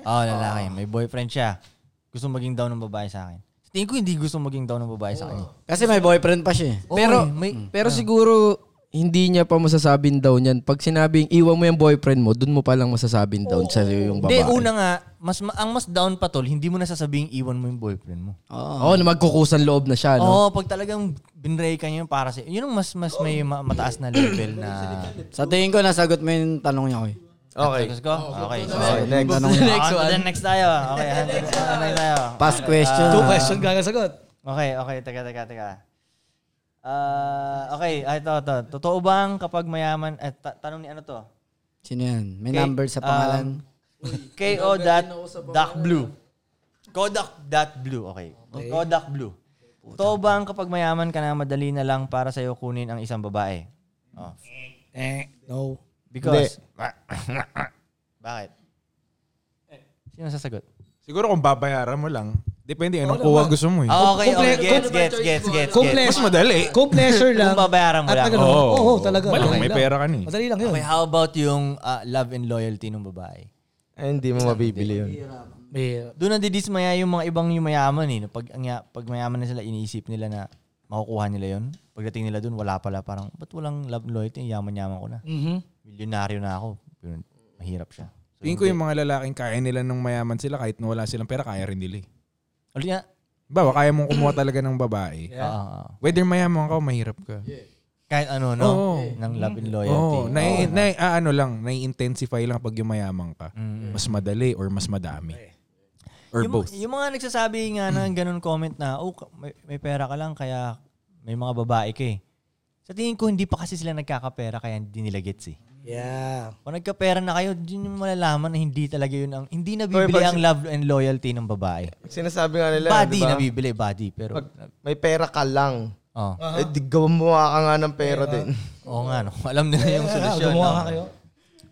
Oo, lalaki. May boyfriend siya. Gusto maging down ng babae sa akin. Sa Tingin ko hindi gusto maging down ng babae sa akin. Kasi may boyfriend pa siya eh. Pero, Mm. may, pero siguro, hindi niya pa masasabing daw niyan. Pag sinabing iwan mo yung boyfriend mo, dun mo palang masasabing daw sa yung Hindi, babae. una nga, mas, ma- ang mas down pa tol, hindi mo nasasabing iwan mo yung boyfriend mo. Oo, na magkukusan loob na siya, Ano? no? Oo, pag talagang binray ka niya para sa yun ang mas mas may ma- mataas na level na Sa tingin ko, nasagot mo yung tanong niya, Goy. Okay. Ko? Okay. So, Okay, next. Tanong niya. Next On to one. the next tayo. Okay, on to the next tayo. Past Okay, question. ah, Two question gagasagot. Okay, okay. Teka, teka, teka. Ah, okay, ah, ito, ito. Totoo bang kapag mayaman, eh, ta- tanong ni ano to? Sino yan? May Kay- number sa pangalan. um, KO dot Dark Blue. Kodak dot Blue, okay. Kodak Blue. Totoo bang kapag mayaman ka na, madali na lang para sa'yo kunin ang isang babae? Oh. Eh, no. Because, bakit? Sino sasagot? Siguro kung babayaran mo lang, depende anong Oo kuha naman. gusto mo eh. Ah, okay, okay. Comple- Gets, com- gets, gets, gets. Kung gets. pleasure- Mas madali. Kung pleasure lang. Kung babayaran mo at lang. na ganun. Oo, oo, talaga. Malang Okay may lang. pera ka ni. Madali lang yun. Okay, how about yung ah, love and loyalty ng babae? Ay, Eh, hindi mo mabibili yun. May- Doon nadidismaya yung mga ibang yung mayaman eh. no? Pag, ang ya- pag mayaman na sila, iniisip nila na makukuha nila yon Pagdating nila doon, wala pala. Parang, ba't walang love and loyalty? Yaman-yaman ko na. Mhm. Milyonaryo na ako. Yun, mahirap siya. Tingin ko yung mga lalaking kaya nila nung mayaman sila kahit na wala silang pera, kaya rin nila eh. Ulit nga. Bawa, kaya mong kumuha talaga ng babae. Yeah. Oo, oo. Whether mayaman ka o mahirap ka. Kahit ano, no? Oo. Ng love and loyalty. Oo, na, na, ah, ano lang, nai-intensify lang pag yung mayaman ka. Mas madali or mas madami. Or Mm-hmm. yung, both. Mm. Yung mga nagsasabi nga ng ganun comment na, oh, ka- may, may pera ka lang kaya may mga babae ka eh. Sa tingin ko, hindi pa kasi sila nagkakapera kaya hindi nila gets eh. Yeah. Kung nagkapera na kayo, yun yung malalaman na hindi talaga yun ang, hindi Or nabibili pag ang si- love and loyalty ng babae. Sinasabi nga nila, Body di ba? nabibili, body. Pero, Pag may pera ka lang, Oo. eh, di gumawa ka nga ng pera din. oo nga, no? alam nila yung solusyon. gumawa no? ka kayo.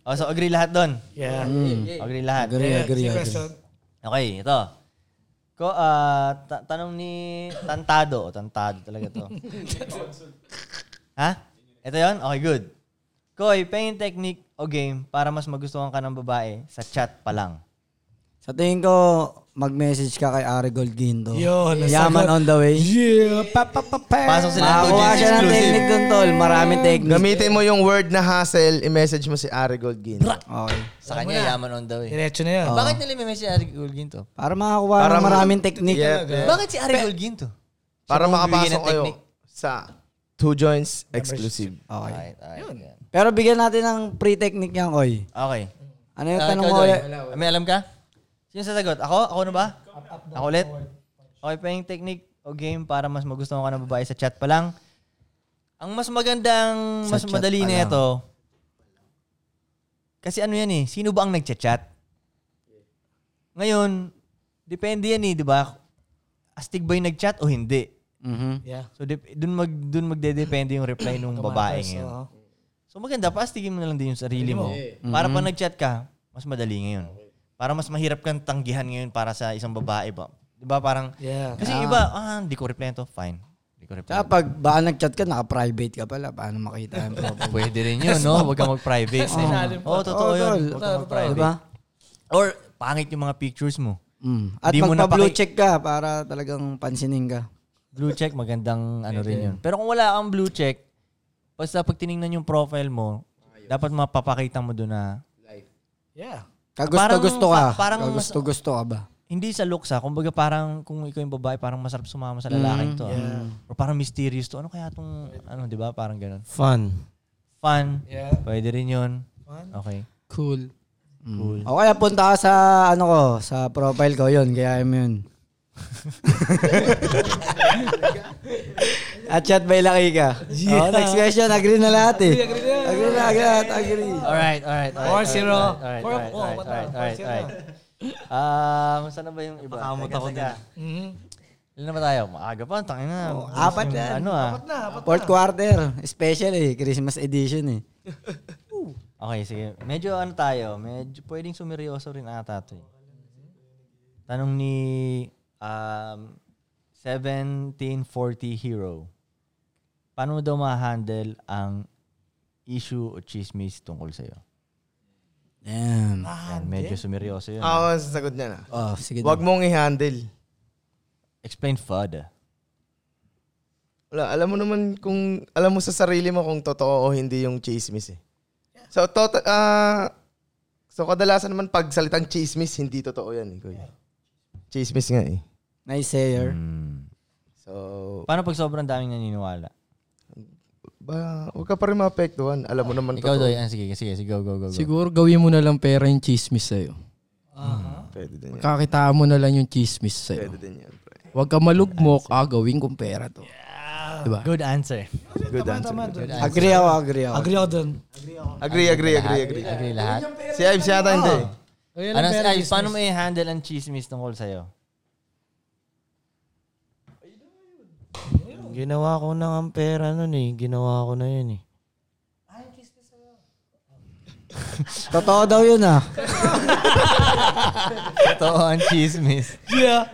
Oh, so agree lahat doon? Ano? Yeah. Mm. Agree lahat. Agree, Yeah, agree, agree. question. Okay, ito. Ko, ah, ta- tanong ni Tantado. Tantado talaga to. ha? Ito yon Okay, good. Koy, pain technique o game para mas magustuhan ka ng babae sa chat pa lang. Sa tingin ko, mag-message ka kay Ari Gold Ginto. Yun, Yaman nasagot. on the way. Yeah. Pa, pa, pa, pa. Pasok sila ng Makakuha audience siya ng exclusive. technique dun, tol. Maraming technique. Gamitin mo yung word na hassle, i-message mo si Ari Goldgin. Okay. Sa kanya, yaman on the way. Diretso na yun. Bakit nila may message si Ari Gulginto? Para makakuha Para ng ma- maraming technique. Yep, talaga. yep. Bakit si Ari Gulginto? Para Siya bumibigay makapasok ng kayo technique. sa Two Joints Exclusive. Okay. Alright, alright. yan. Pero bigyan natin ng pre-technique niya, Koy. Okay. Ano yung Ah, tanong ikaw, mo Joy. ulit? May alam ka? Sino sasagot? Ako? Ako na ba? Ako ulit? Okay pa yung technique o game para mas magustuhan ka ng babae sa chat pa lang. Ang mas magandang, Sa mas chat madali pa na lang. ito. Kasi ano yan eh, sino ba ang nagchat-chat? Ngayon, depende yan eh, di ba? Astig ba yung nagchat o hindi? Mm-hmm. Yeah. So, dep- dun, mag, dun magdedepende yung reply ng babae Tomatoes, ngayon. oo. So maganda, pastigin mo na lang din yung sarili mo. Sarili mo. Para Mhm. pa nag-chat ka, mas madali ngayon. Para mas mahirap kang tanggihan ngayon para sa isang babae ba? 'Di ba parang Yeah. Kasi Ah. iba, ah, hindi ko reply to. Fine. Hindi ko reply. Tsaka pag baka nag-chat ka, naka-private ka pala. Paano makita yung profile? Pwede rin yun, no? Huwag kang mag-private. eh. Oo. Oo, oh, totoo Oo, yun. Oh, tol. Huwag kang mag-private. Diba? Or pangit yung mga pictures mo. Mm. At Di mo magpa-blue napaki- check ka para talagang pansinin ka. Blue check, magandang ano rin yun. Pero kung wala kang blue check, basta pag tinignan yung profile mo, dapat mapapakita mo doon na Yeah. Kagusto-gusto ka. Parang- pa- parang mas- Kagusto-gusto ka ba? hindi sa looks ha. Kumbaga parang kung ikaw yung babae, parang masarap sumama sa lalaking Mm, to. yeah. O parang mysterious to. Ano kaya tong ano, di ba? Parang ganun. Fun. Fun. Yeah. Pwede rin yun. Okay. Cool. Cool. O kaya punta ka sa ano ko, sa profile ko yun, kaya mo yun. At chat by laki ka. Yeah. Oh, next question, agree na lahat eh. Agree, agree, agree. Agree na, agree na, lahat, agree. Alright, alright. Four zero. Alright, Four- alright, oh, alright, what alright, the- alright, four alright. Ah, saan na ba yung iba? Pakamot ako din. Mhm. Ilan na ba tayo? Maaga pa, tangin na. Oh, apat na. Ano ah? Apat na, apat Fourth na. quarter, special eh, Christmas edition eh. Okay, sige. Medyo ano tayo, medyo pwedeng sumiryoso rin ata to. eh. Tanong ni um, 1740 Hero. Paano mo daw ma-handle ang issue o chismis tungkol sa'yo? Damn. Yan, medyo sumiryoso yun. Ako ang sasagot niya na. Oh, sige Huwag daw. mong i-handle. Explain further. Wala, alam mo naman kung, alam mo sa sarili mo kung totoo o hindi yung chismis eh. So, total, ah, so kadalasan naman pag salitang chismis, hindi totoo yan eh, kuya. Chismis nga eh. Nice sayer. Mm. Hmm. So, Paano pag sobrang daming naniniwala? ba, huwag ka pa rin maapektuhan. Alam mo naman Ikaw totoo. doy, ah, sige, sige, sige, go, go, go. go. Siguro gawin mo na lang pera yung chismis sa'yo. Pwede din yan. Kakitaan mo na lang yung chismis sa'yo. Pwede din yan. pre. Huwag ka malugmok, ah, gawin kong pera to. Diba? Good answer. Good answer. Tama, good tol. answer. Agree ako, agree ako. Agree ako dun. Agree, agree, agree, agree. Agree lahat. Si Ives yata hindi. Ayun ang Ano, pero ay, business. paano mo i-handle ang chismis tungkol sa'yo? Ginawa ko na ang pera nun eh. Ginawa ko na yun eh. Totoo daw yun ah. Totoo ang chismis. Yeah.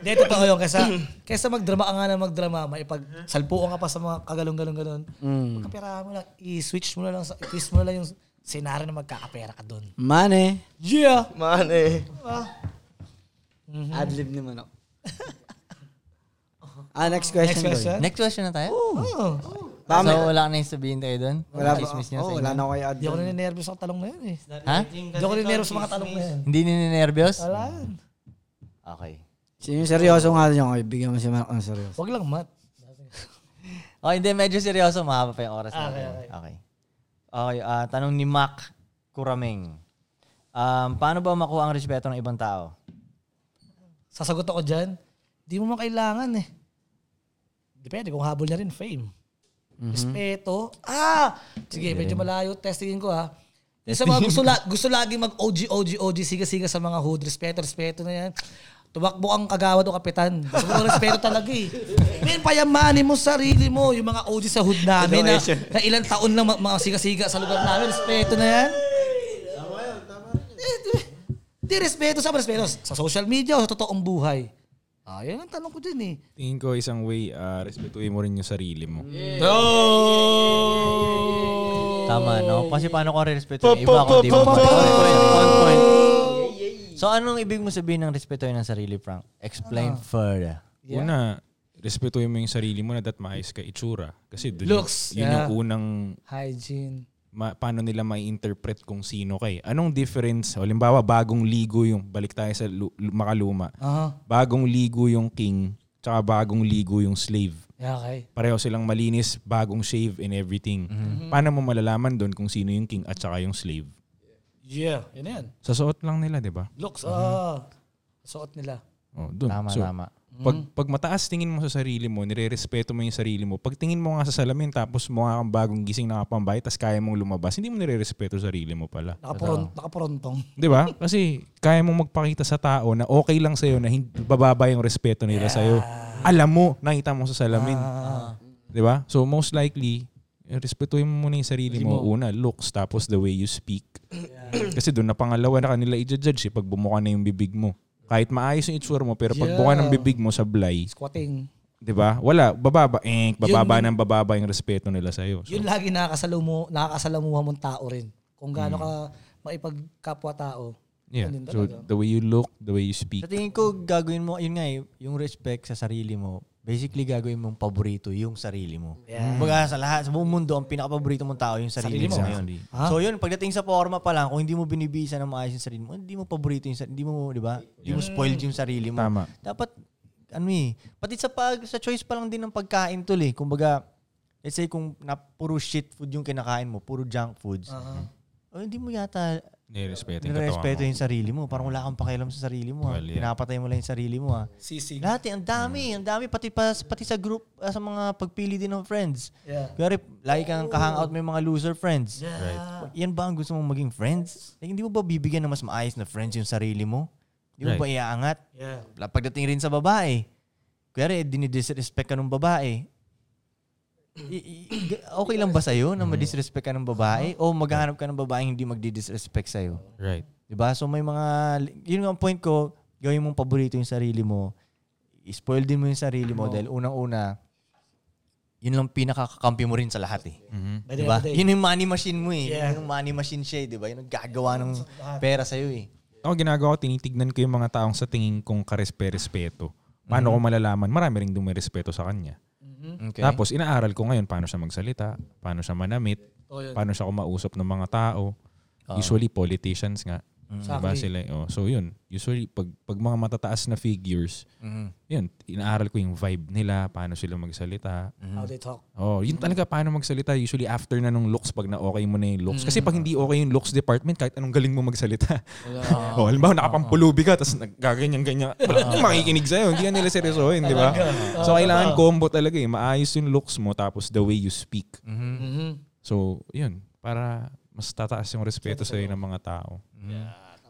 Hindi, totoo yun. Kesa, kesa magdrama ka nga na magdrama, maipagsalpuan ka pa sa mga kagalong-galong ganun. Mm. Kapirahan mo lang, i-switch mo na lang, sa- i-twist mo na lang yung senaryo na magkakapera ka dun. Mane. Yeah! Man eh. Adlib naman ako. ah, next question. Next Boy. question. Next question na tayo. Oh, Tama. So, wala ka na yung sabihin tayo doon? Wala ba? Chismis niya Oh, sa wala na inyo? ako kay Hindi ako Adlib. naninervous sa talong na yun eh. Ha? Hindi ako naninervous sa mga talong na yun. Hindi nininervyos? Wala yun. Okay. Sino yung seryoso nga dyan? Okay, bigyan mo si Mark ng seryoso. Huwag lang, Matt. Oh, hindi. Medyo seryoso. Mahaba pa yung oras Ah, natin. okay, Okay. Okay. ah, tanong ni Mac Kurameng. Um, paano ba makuha ang respeto ng ibang tao? Sasagot ako dyan, di mo man kailangan eh. Depende kung habol niya rin, fame. Respeto. Ah! Sige, medyo malayo. Testingin ko ha. Yung sa mga gusto, la- gusto lagi mag OG, OG, OG, siga-siga sa mga hood. Respeto, respeto na yan. Tumakbo ang kagawad o kapitan. Gusto ko ng respeto talaga eh. Men, payamanin mo sarili mo. Yung mga OG sa hood namin na, na ilang taon lang ma- mga siga-siga sa lugar namin. Respeto na yan. Eh, di- Di respeto sa respeto sa social media o sa totoong buhay. Ah, yan ang tanong ko din eh. Tingin ko isang way, ah, respetuhin mo rin yung sarili mo. Mm. Tama, no? Kasi paano ko respeto ng iba kung di mo One point, one point. So, anong ibig mo sabihin ng respeto ng sarili, Frank? Ah. Explain further. Una, respetuhin mo yung sarili mo na that maayos ka itsura. Kasi dun, Looks, yun yung yeah. unang Hygiene. ma- paano nila mai-interpret kung sino kay. Anong difference? O, limbawa, bagong ligo yung, balik tayo sa lu- lu- makaluma, Aha. bagong ligo yung king, tsaka bagong ligo yung slave. Yeah, okay. Pareho silang malinis, Mm-hmm. bagong shave and everything. Paano mo malalaman doon kung sino yung king at tsaka yung slave? Yeah, yun na yan. Sa suot lang nila, di ba? Looks, ah. suot nila. Oh, dun. Tama, so, tama. Pag, Mhm. pag mataas tingin mo sa sarili mo, nire-respeto mo yung sarili mo, pag tingin mo nga sa salamin tapos mukha kang bagong gising nakapambay tapos kaya mong lumabas, hindi mo nire-respeto sa sarili mo pala. Nakapuron, nakapurontong. Di ba? Kasi kaya mong magpakita sa tao na okay lang sa'yo na hindi, bababa yung respeto nila sa'yo. Alam mo, nakita mo sa salamin. Di ba? So most likely, eh, respetuhin mo muna yung sarili mo. Sarili mo. Una, looks. Tapos the way you speak. Kasi doon na pangalawa na kanila i-judge eh, pag bumuka na yung bibig mo. Kahit maayos yung itsura mo, pero pag Yeah. buka ng bibig mo sa blay, Squatting. di ba? Wala, bababa, eh, bababa Yun- ng bababa yung respeto nila sa'yo. So, Yun lagi nakakasalamu, nakakasalamuha mong tao rin. Kung gaano ka maipagkapwa-tao. yeah. Yun din So talaga. the way you look, the way you speak. Sa tingin ko, gagawin mo, yun nga eh, yung respect sa sarili mo, basically gagawin mong paborito yung sarili mo. Mm. Yeah. Kumbaga, sa lahat, sa buong mundo, ang pinakapaborito mong tao yung sarili, Sarili mo mo. ngayon. Ha? So yun, pagdating sa forma pa lang, kung hindi mo binibisa ng maayos yung sarili mo, hindi mo paborito yung sarili, hindi mo, di ba? Hindi mo Yeah. spoiled yung sarili mo. Tama. Dapat, ano eh, pati sa, pag, sa choice pa lang din ng pagkain tol eh. Kumbaga, let's say kung na, puro shit food yung kinakain mo, puro junk foods, Aha. oh, hindi mo yata Nirespeto yung katawan Nirespeto mo. yung sarili mo. Parang wala kang pakialam sa sarili mo. ah. Well, yeah. Pinapatay mo lang yung sarili mo. ah. Sisig. Lahat, eh, ang dami. Ang dami. Pati, pa, pati sa group, ah, sa mga pagpili din ng friends. Yeah. Kunyari, lagi kang kahangout may mga loser friends. Yeah. Right. Yan ba ang gusto mong maging friends? Like, hindi mo ba bibigyan ng mas maayos na friends yung sarili mo? Hindi mo ba Right. iaangat? Yeah. La- Pagdating rin sa babae. Kunyari, dinidisrespect ka ng babae. I- i- i- okay lang ba sa'yo Mm-hmm. na madisrespect ka ng babae? O Uh-huh. maghahanap ka ng babaeng hindi magdi-disrespect sa'yo? Right. Diba? So may mga, yun nga ang point ko, gawin mong paborito yung sarili mo. I-spoil din mo yung sarili mo Oo. dahil unang-una, yun lang pinakakampi mo rin sa lahat eh. By the Diba? end of the day. Yun yung money machine mo eh. Yeah. Yun yung money machine siya eh. Diba? Yun ang gagawa ng pera sa'yo eh. ako ginagawa ko, tinitignan ko yung mga taong sa tingin kong karespe-respeto. Paano Mhm. ko malalaman? Marami rin dumirespeto sa kanya. Okay. Tapos, inaaral ko ngayon paano siya magsalita, paano siya manamit, Oh, yun. paano siya kumausap ng mga tao. Ah. Usually, politicians nga. Mhm. Diba Exactly. sila? Oh, so, yun. Usually, pag, pag mga matataas na figures, Mm-hmm. Mhm. yun, inaaral ko yung vibe nila, paano sila magsalita. How they talk. Oh, yun talaga paano magsalita. Usually after na nung looks, pag na-okay mo na yung looks. Kasi Mm. pag hindi okay yung looks department, kahit anong galing mo magsalita. Wala. Ah. oh, halimbawa, nakapampulubi ka, tapos nagaganyan-ganyan. Wala nang makikinig sa'yo. Hindi ka nila seryosohin, di ba? Talaga. So, Tama. kailangan combo talaga eh. Maayos yung looks mo, tapos the way you speak. Mhm. So, yun. Para mas tataas yung respeto sa'yo ng mga tao.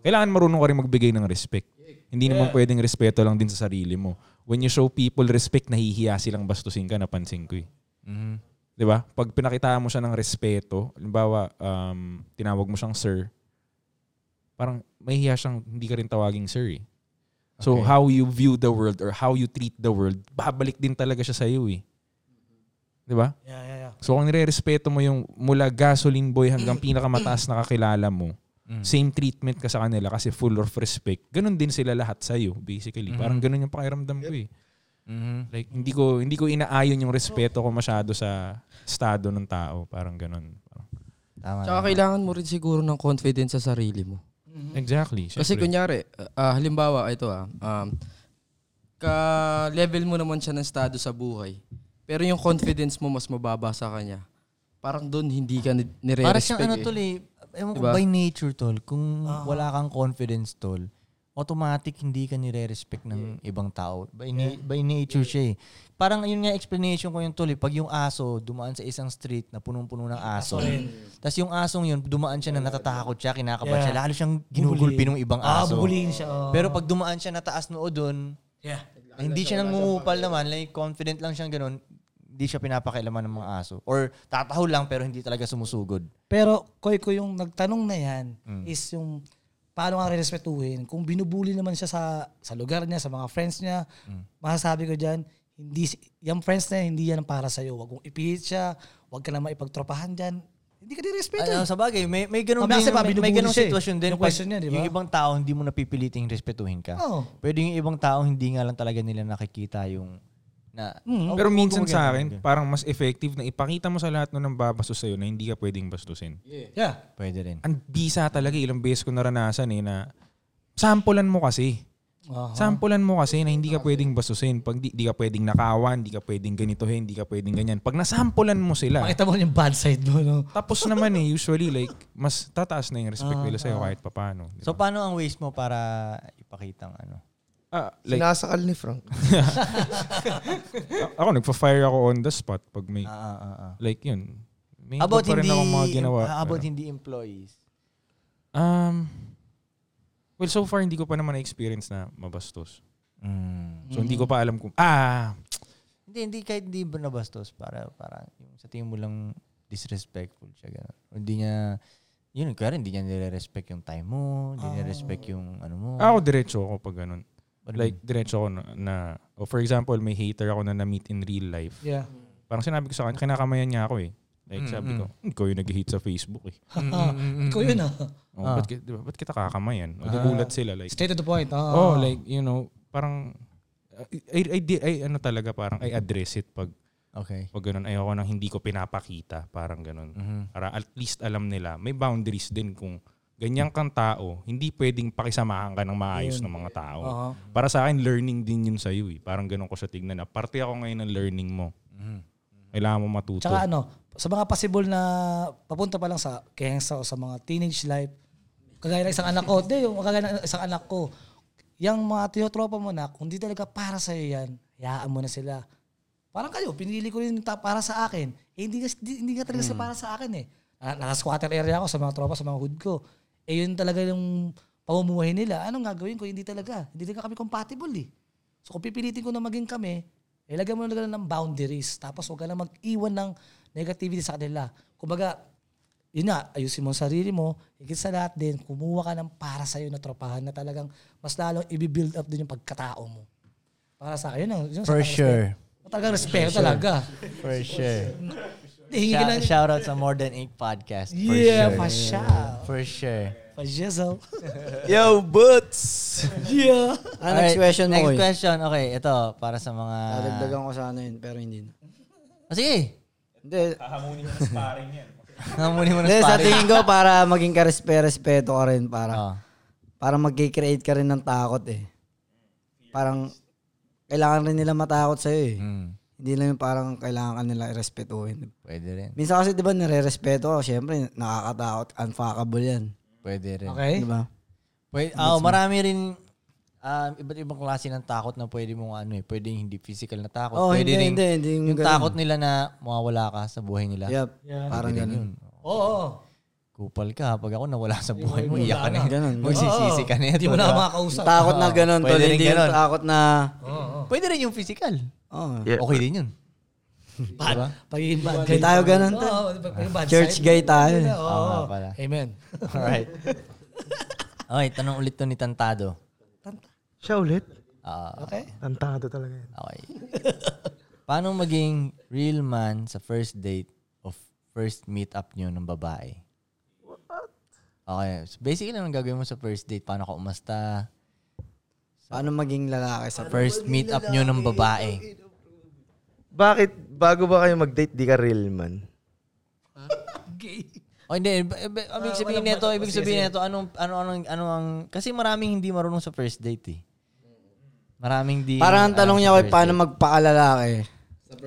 Kailangan marunong ka rin magbigay ng respect. Hindi naman pwedeng respeto lang din sa sarili mo. When you show people respect, nahihiya silang bastusin ka, napansin ko eh. Mhm. 'di ba? Pag pinakita mo siya ng respeto, halimbawa, um, tinawag mo siyang sir, parang mahihiya siyang hindi ka rin tawaging sir eh. So Okay. how you view the world or how you treat the world, babalik din talaga siya sa iyo eh. 'Di ba? Yeah, yeah, yeah. So kung nirerespeto mo yung mula gasoline boy hanggang pinakamataas na kakilala mo, Mm. same treatment ka sa kanila kasi full of respect. Ganun din sila lahat sa iyo basically. Mhm. Parang ganun yung pakiramdam ko eh. Mhm. Like hindi ko hindi ko inaayon yung respeto ko masyado sa estado ng tao, parang ganun. Tama. Tsaka kailangan mo rin siguro ng confidence sa sarili mo. Exactly. Kasi syempre. kunyari, ah, halimbawa, ito ah, um, ka-level mo naman siya ng estado sa buhay. Pero yung confidence mo mas mababa sa kanya. Parang doon hindi ka ni- nire-respect. Para siyang ano eh. tol eh. Ewan ko, Diba? by nature tol, kung Ah. wala kang confidence tol, automatic hindi ka nire-respect ng ibang tao. By, na- by nature siya eh. Parang yun nga explanation ko yung tol eh. Pag yung aso dumaan sa isang street na punong-puno ng aso, Aso rin. tapos yung asong yun, dumaan siya na natatakot siya, kinakabahan Yeah. siya, lalo siyang Bubuli. ginugulpi ng ibang Ah, aso. bubulihin siya, oo. Pero pag dumaan siya na taas noo doon, Yeah. hindi siya nangungupal naman, like confident lang siyang ganun, hindi siya pinapakialaman ng mga aso. Or tataho lang pero hindi talaga sumusugod. Pero koy ko yung nagtanong na yan Mm. is yung paano nga respetuhin. Kung binubuli naman siya sa sa lugar niya, sa mga friends niya, masasabi ko diyan, hindi si- yung friends na yan, hindi yan para sa iyo. Wag mong ipilit siya, wag ka na maipagtropahan diyan. Hindi ka eh. nirespeto. Ano, sa bagay, may, may ganun Mami, din, kasi may, pa, may binubuli ganung siya eh. sitwasyon din. Yung pag question niya, di ba? Yung ibang tao, hindi mo napipiliting respetuhin ka. Oh. Oo. Pwede yung ibang tao, hindi nga lang talaga nila nakikita yung na, Hmm, Oh, Pero wag mo minsan sa ganun. akin, parang mas effective na ipakita mo sa lahat no ng babastos sa'yo na hindi ka pwedeng bastusin. Yeah. Pwede rin. Ang bisa talaga, ilang beses ko naranasan eh na sampulan mo kasi. Aha. Sampulan mo kasi na hindi ka pwedeng basusin. Pag di, di ka pwedeng nakawan, di ka pwedeng ganitohin, di ka pwedeng ganyan. Pag nasampulan mo sila, Pakita mo yung bad side mo, no? tapos naman eh, usually like, mas tataas na yung respect Ah, nila sa'yo ah. kahit papano. So, paano ang ways mo para ipakita ang ano? Ah, like- Sinasakal ni Frank. A- ako, nagpa-fire ako on the spot pag may, like yun. ah, May about iba pa rin hindi, akong mga ginawa. ah, about Pero- hindi employees. Um, well, so far, hindi ko pa naman na-experience na mabastos. Mm. So, hindi ko pa alam kung, ah, Hindi, hindi kahit hindi ba nabastos para parang yung sa tingin mo lang disrespectful siya ganun. O Hindi niya yun, kaya hindi niya nire-respect yung time mo, hindi Ah. niya respect yung ano mo. Ako, diretso ako pag ganun. What Ano do you Like, diretso ako na, na oh, for example, may hater ako na na-meet in real life. Yeah. Parang sinabi ko sa kanya, kinakamayan niya ako eh. Like, sabi ko, ikaw yung nag-hate sa Facebook eh. Ikaw yun, ah. Oh, Ah. ba't, ki- di ba, ba't kita kakamayan? O, Ah. nagulat sila. Like, Straight to the point, ah. Oh, like, you know, parang, I, I, I, di- I- ano talaga, parang I address it pag, Okay. pag ganun. Ayoko nang hindi ko pinapakita, parang ganun. Mm-hmm. Para at least alam nila, may boundaries din kung ganyan kang tao, hindi pwedeng pakisamahan ka ng maayos Yun. Uh-huh. ng mga tao. Aha. Para sa akin, learning din yun sa'yo eh. Parang ganun ko siya tignan na, parte ako ngayon ng learning mo. Mm-hmm. Kailangan mo matuto. Tsaka ano, sa mga possible na papunta pa lang sa kensa o sa mga teenage life, kagaya ng isang anak ko, hindi, yung kagaya ng isang anak ko, yung mga tinotropa mo na, kung di talaga para sa'yo yan, hayaan mo na sila. Parang kayo, pinili ko rin ta- para sa akin. Eh, hindi, nga- hindi, hindi nga talaga siya para sa akin eh. Na- Nasa squatter area ako sa mga tropa, sa mga hood ko. Eh yun talaga yung pamumuhay nila. Anong gagawin ko? Hindi talaga. Hindi talaga kami compatible eh. So kung pipilitin ko na maging kami, eh lagyan mo na lang ng boundaries. Tapos huwag ka na mag-iwan ng negativity sa kanila. Kumbaga, yun na, ayusin mo ang sarili mo. Higit sa lahat din, kumuha ka ng para sa'yo na tropahan na talagang mas lalong i-build up din yung pagkatao mo. Para sa akin, yun ang... Yun, ang For talagang sure. respeto. Talagang respeto For sure. talaga. For sure. Hihingi ka Shout, ng- shout out sa More Than Ink podcast. For Yeah, sure. for sure. For sure. Pa Jizzle. Yo, Boots! Yeah. Ah, next question mo, Next Koy. question. Okay, ito. Para sa mga... Dadagdagan ko sana yun, pero hindi na. Ah, sige. Hindi. Hahamunin mo ng sparring yan. Hahamunin mo ng Hindi, sa sparring. tingin ko, para maging karespe-respeto ka rin, para, Oh, para mag-create ka rin ng takot eh. Parang, kailangan rin nila matakot sa'yo eh. Hindi lang yung parang kailangan ka nila irespetuhin. hmm. Pwede rin. Minsan kasi, di ba, nare-respeto ako. Siyempre, nakakatakot. Unfuckable yan. Pwede rin. Di ba? Pwede, Gets oh, mo? marami rin um, iba't ibang klase ng takot na pwede mong ano eh. Pwede yung hindi physical na takot. Oh, pwede rin hindi, hindi, hindi yung yung ganun. takot nila na mawawala ka sa buhay nila. Yep. Yeah. Pwede Parang rin ganun. Oo. Oh, Kupal ka. Pag ako nawala sa buhay mo, Wala iyak ka na. na. Ganun. Magsisisi ka na. Diba? Hindi mo na makakausap. Takot na ganun, tol. Pwede rin Hindi yung ganun. takot na... Pwede rin yung physical. Oh. Okay din yun. Diba? Pag yung bad Hindi tayo ganun, tol. Oo, pag yung bad Church side. guy tayo. Yun na, eh. oo. Oo nga pala. Amen. Alright. okay, tanong ulit to ni Tantado. Siya ulit. Ah, okay. Tantado talaga yan. Okay. Paano maging real man sa first date of first meet-up nyo ng babae? Okay. So basically, anong gagawin mo sa first date? Paano ka umasta? Paano maging lalaki sa first meet-up nyo ng babae? Bakit bago ba kayo mag-date, di ka real man? O Oh, hindi, iba- iba- ibig Ah, sabihin walang nito, mata- ibig sige, sabihin sige. nito, anong, ano, anong, ano ang, kasi maraming hindi marunong sa first date eh. Maraming di. Parang ang tanong alam sa niya, Koy, first paano date. magpaalalaki?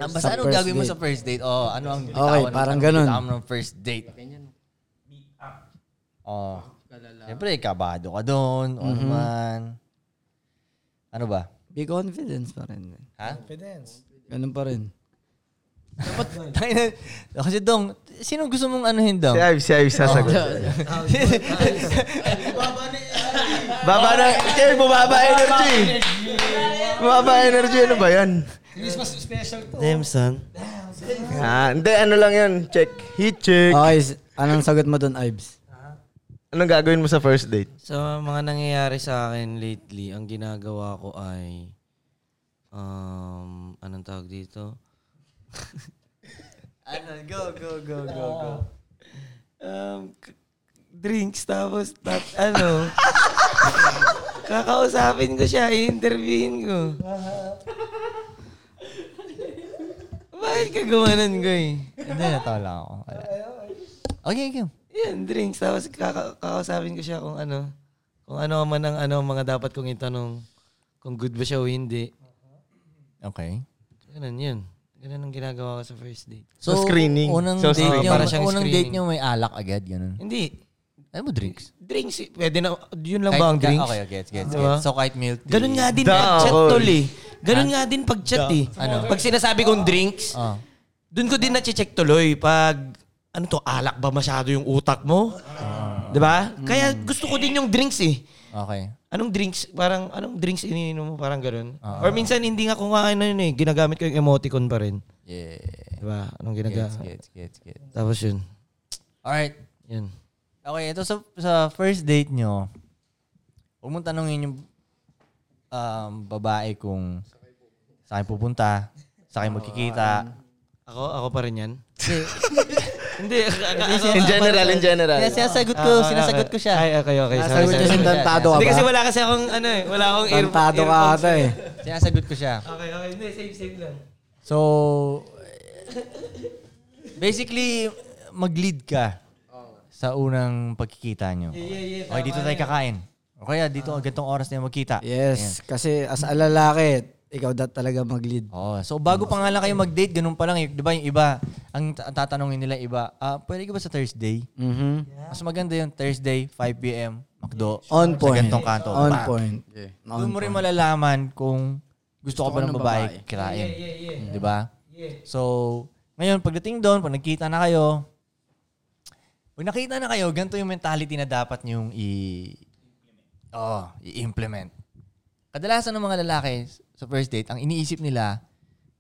Ah, basta anong gagawin mo sa first date? Oh, ano ang bitawan Okay, mo? parang Anong ganun. bitawan mo ng first date? Oh. Siyempre, kabado ka doon. O Mhm. naman. Ano ba? Be confidence pa rin. Ha? Confidence. Ganun pa rin. Tangina. Kasi dong, sino gusto mong anuhin dong? Si Ives, si Ives sasagot. Oh. Baba na, eh, bumaba energy. Bumaba energy, ano ba yan? English mas special to. Damn, son. Ah, hindi, ano lang yan, check. Heat check. Oh. Okay, s- anong sagot mo doon, Ives? Anong gagawin mo sa first date? Sa mga nangyayari sa akin lately, ang ginagawa ko ay um anong tawag dito? Ano? Go, go, go, go, go. Ah. Um k- drinks tapos tat, ano kakausapin ko siya, i-interviewin ko. Bakit ka gumanon ko eh? Hindi, natawa lang ako. Wala. Okay, okay. Yan, drinks. Tapos kaka- kakausapin ko siya kung ano. Kung ano man ang ano ang mga dapat kong itanong. Kung good ba siya o hindi. Okay. Ganun yun. Ganun ang ginagawa ko sa first date. Unang So, date niyo, screening. Para siyang unang date screening. niyo may alak agad, ganun. Hindi. Ano mo, drinks? Drinks, eh, pwede na, yun lang Kahit- ba ang ka- drinks? okay, okay, gets, gets, gets. Diba? So, kahit milk tea. Ganun nga din Da, pag-chat oy. tol eh. Ganun Ha? nga din Da. pag-chat eh. Ano? Pag sinasabi kong drinks, Ah. dun ko din na-check tuloy pag ano to, alak ba masyado yung utak mo? Ah. 'Di ba? Kaya gusto ko din yung drinks eh. Okay. Anong drinks? Parang anong drinks iniinom mo parang ganun? Ah. Or minsan hindi nga kumakain na yun eh, ginagamit ko yung emoticon pa rin. Yeah. 'Di ba? Anong ginagamit? Gets, gets, gets, gets. Tapos yun. Alright. Yun. Okay, ito sa, sa first date nyo, huwag mong tanongin yung um, babae kung sa kayo pupunta, sa kayo magkikita. Ako, ako pa rin yan. Hindi. In general, in general. Kaya sinasagot ko, sinasagot ko siya. Ay, Ah, okay, okay. Sorry, Sinasagot ko sorry. siya, tantado ka Hindi ba? kasi wala kasi akong, ano eh, wala akong ear- Tantado ka earphones ata eh. Sinasagot ko siya. Okay, okay. Hindi, save, save lang. So, basically, mag-lead ka sa unang pagkikita nyo. Yeah, yeah, yeah, Okay, tama dito tayo yan. kakain. O kaya dito, ganitong oras na yung magkita. Yes, Ayan. kasi as a lalaki, ikaw dat talaga mag-lead. Oh, so bago pa nga lang kayo mag-date, ganun pa lang. eh. Di ba yung iba, ang ta- tatanungin nila iba, ah, pwede ka ba sa Thursday? Mas maganda yung Thursday, 5 p.m., McDo. On Sa point. ganitong kanto. On Bam. point. Yeah. Doon On mo rin point. malalaman kung gusto, Gusto ka ka ba ng ng babae, babae. kirain. Yeah, yeah, yeah. Di ba? Yeah. So, ngayon, pagdating doon, pag nagkita na kayo, pag nakita na kayo, ganito yung mentality na dapat niyong i- oh, i-implement. Kadalasan ng mga lalaki sa first date, ang iniisip nila,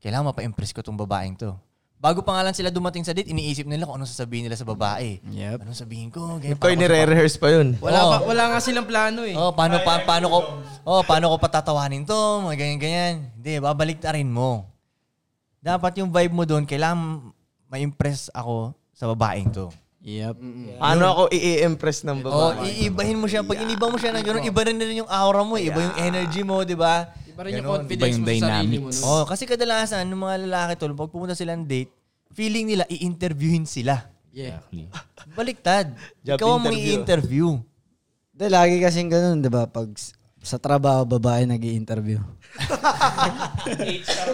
kailangan mapa-impress ko tong babaeng to. Bago pa nga lang sila dumating sa date, iniisip nila kung anong sasabihin nila sa babae. Yep. Anong sabihin ko? Ganyan, paano Ito, ko siya- nire-rehearse pa yun. Wala pa, wala nga silang plano eh. Oh, paano pa, paano ko Oh, paano ko patatawanin 'to? Mga ganyan ganyan. Hindi, babalik na rin mo. Dapat yung vibe mo doon, kailangan ma-impress ako sa babaeng 'to. Yep. Paano ako i-impress ng babae? Oh, iibahin mo siya. Pag iniba mo siya na gano'n, iba rin rin yung aura mo, iba yung energy mo, di ba? Iba rin yung Iba confidence yung mo sa sarili dynamics. mo nun. Oh, kasi kadalasan, ng mga lalaki tol, pag pumunta sila ng date, feeling nila, i-interviewin sila. Yeah. Baliktad. Job Ikaw ang interview. may interview Hindi, lagi kasing ganun, di ba? Pag s- sa trabaho, babae nag interview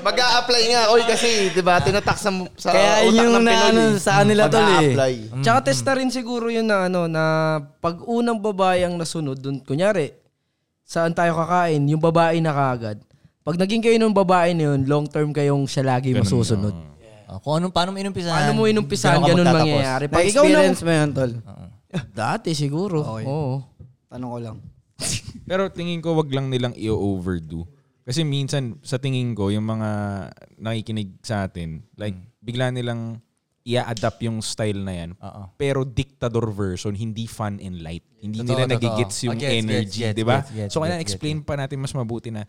mag apply nga, oy, kasi, di ba, tinatak sa, sa Kaya utak yung ng na, Pinoy. ano, sa kanila tol eh. Mag-a-apply. Tsaka test na rin siguro yun na ano na pag unang babae ang nasunod dun, kunyari, saan tayo kakain, yung babae na kaagad. Pag naging kayo ng babae na yun, long term kayong siya lagi Ganun, masusunod. Oh, kung anong, paano mo inumpisahan? Paano mo inumpisahan, ganun ka magtatapos. mangyayari. Pag ikaw na- Na-experience mo yun, tol. Dati siguro. Oo. Tanong ko lang. Pero tingin ko wag lang nilang i-overdo. Kasi minsan, sa tingin ko, yung mga nakikinig sa atin, like, Hmm. bigla nilang i-adapt yung style na yan. Pero dictador version, hindi fun and light. Hindi Totoo, nila totoo. nagigets yung Ah, gets, gets, energy, gets, di ba? gets, gets, So, kaya gets, explain pa natin mas mabuti na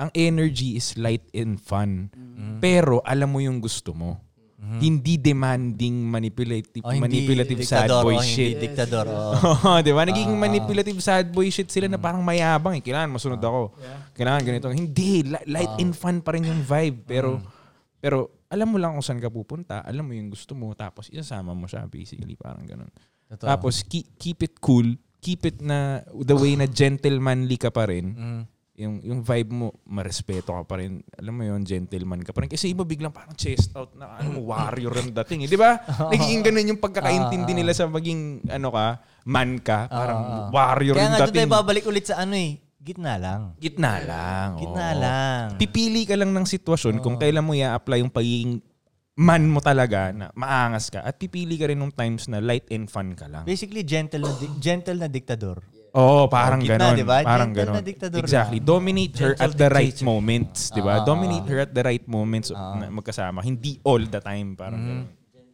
ang energy is light and fun. Mm-hmm. Pero alam mo yung gusto mo. Hindi demanding manipulative Oh, hindi manipulative sad dictador, boy oh, hindi shit. dictador, oh. Oo, di ba? Nagiging Ah, Mm. ah. manipulative sad boy shit sila na parang mayabang eh. Kailangan masunod ako. Kailangan ganito. Hindi, li- light Ah. and fun pa rin yung vibe. Pero, Mm. pero alam mo lang kung saan ka pupunta. Alam mo yung gusto mo. Tapos isasama mo siya basically. Parang ganun. Totoo. Tapos ki- keep it cool. Keep it na the way na gentlemanly ka pa rin. Mm. Yung, yung vibe mo, marespeto ka pa rin. Alam mo yun, gentleman ka pa rin. Kasi iba biglang parang chest out na ano, warrior ang dating. Eh. Di ba? Nagiging ganun yung pagkakaintindi Ah, ah. nila sa maging ano ka, man ka. Parang Oo, oo. warrior Kaya yung nga doon dating. tayo babalik ulit sa ano eh. Gitna lang. Gitna lang. oo. Gitna lang. Ah. Pipili ka lang ng sitwasyon kung kailan mo i-apply yung pagiging man mo talaga na maangas ka at pipili ka rin ng times na light and fun ka lang. Basically, gentle na, di- gentle na diktador. Oo, parang Gitna, ganon. di ba? Parang Gentle ganon. na diktador Exactly. lang. Dominate her Gentle at the right dictator. moments, di ba? Ah. Dominate her at the right moments na magkasama. Hindi all the time, parang Mm-hmm. ganon.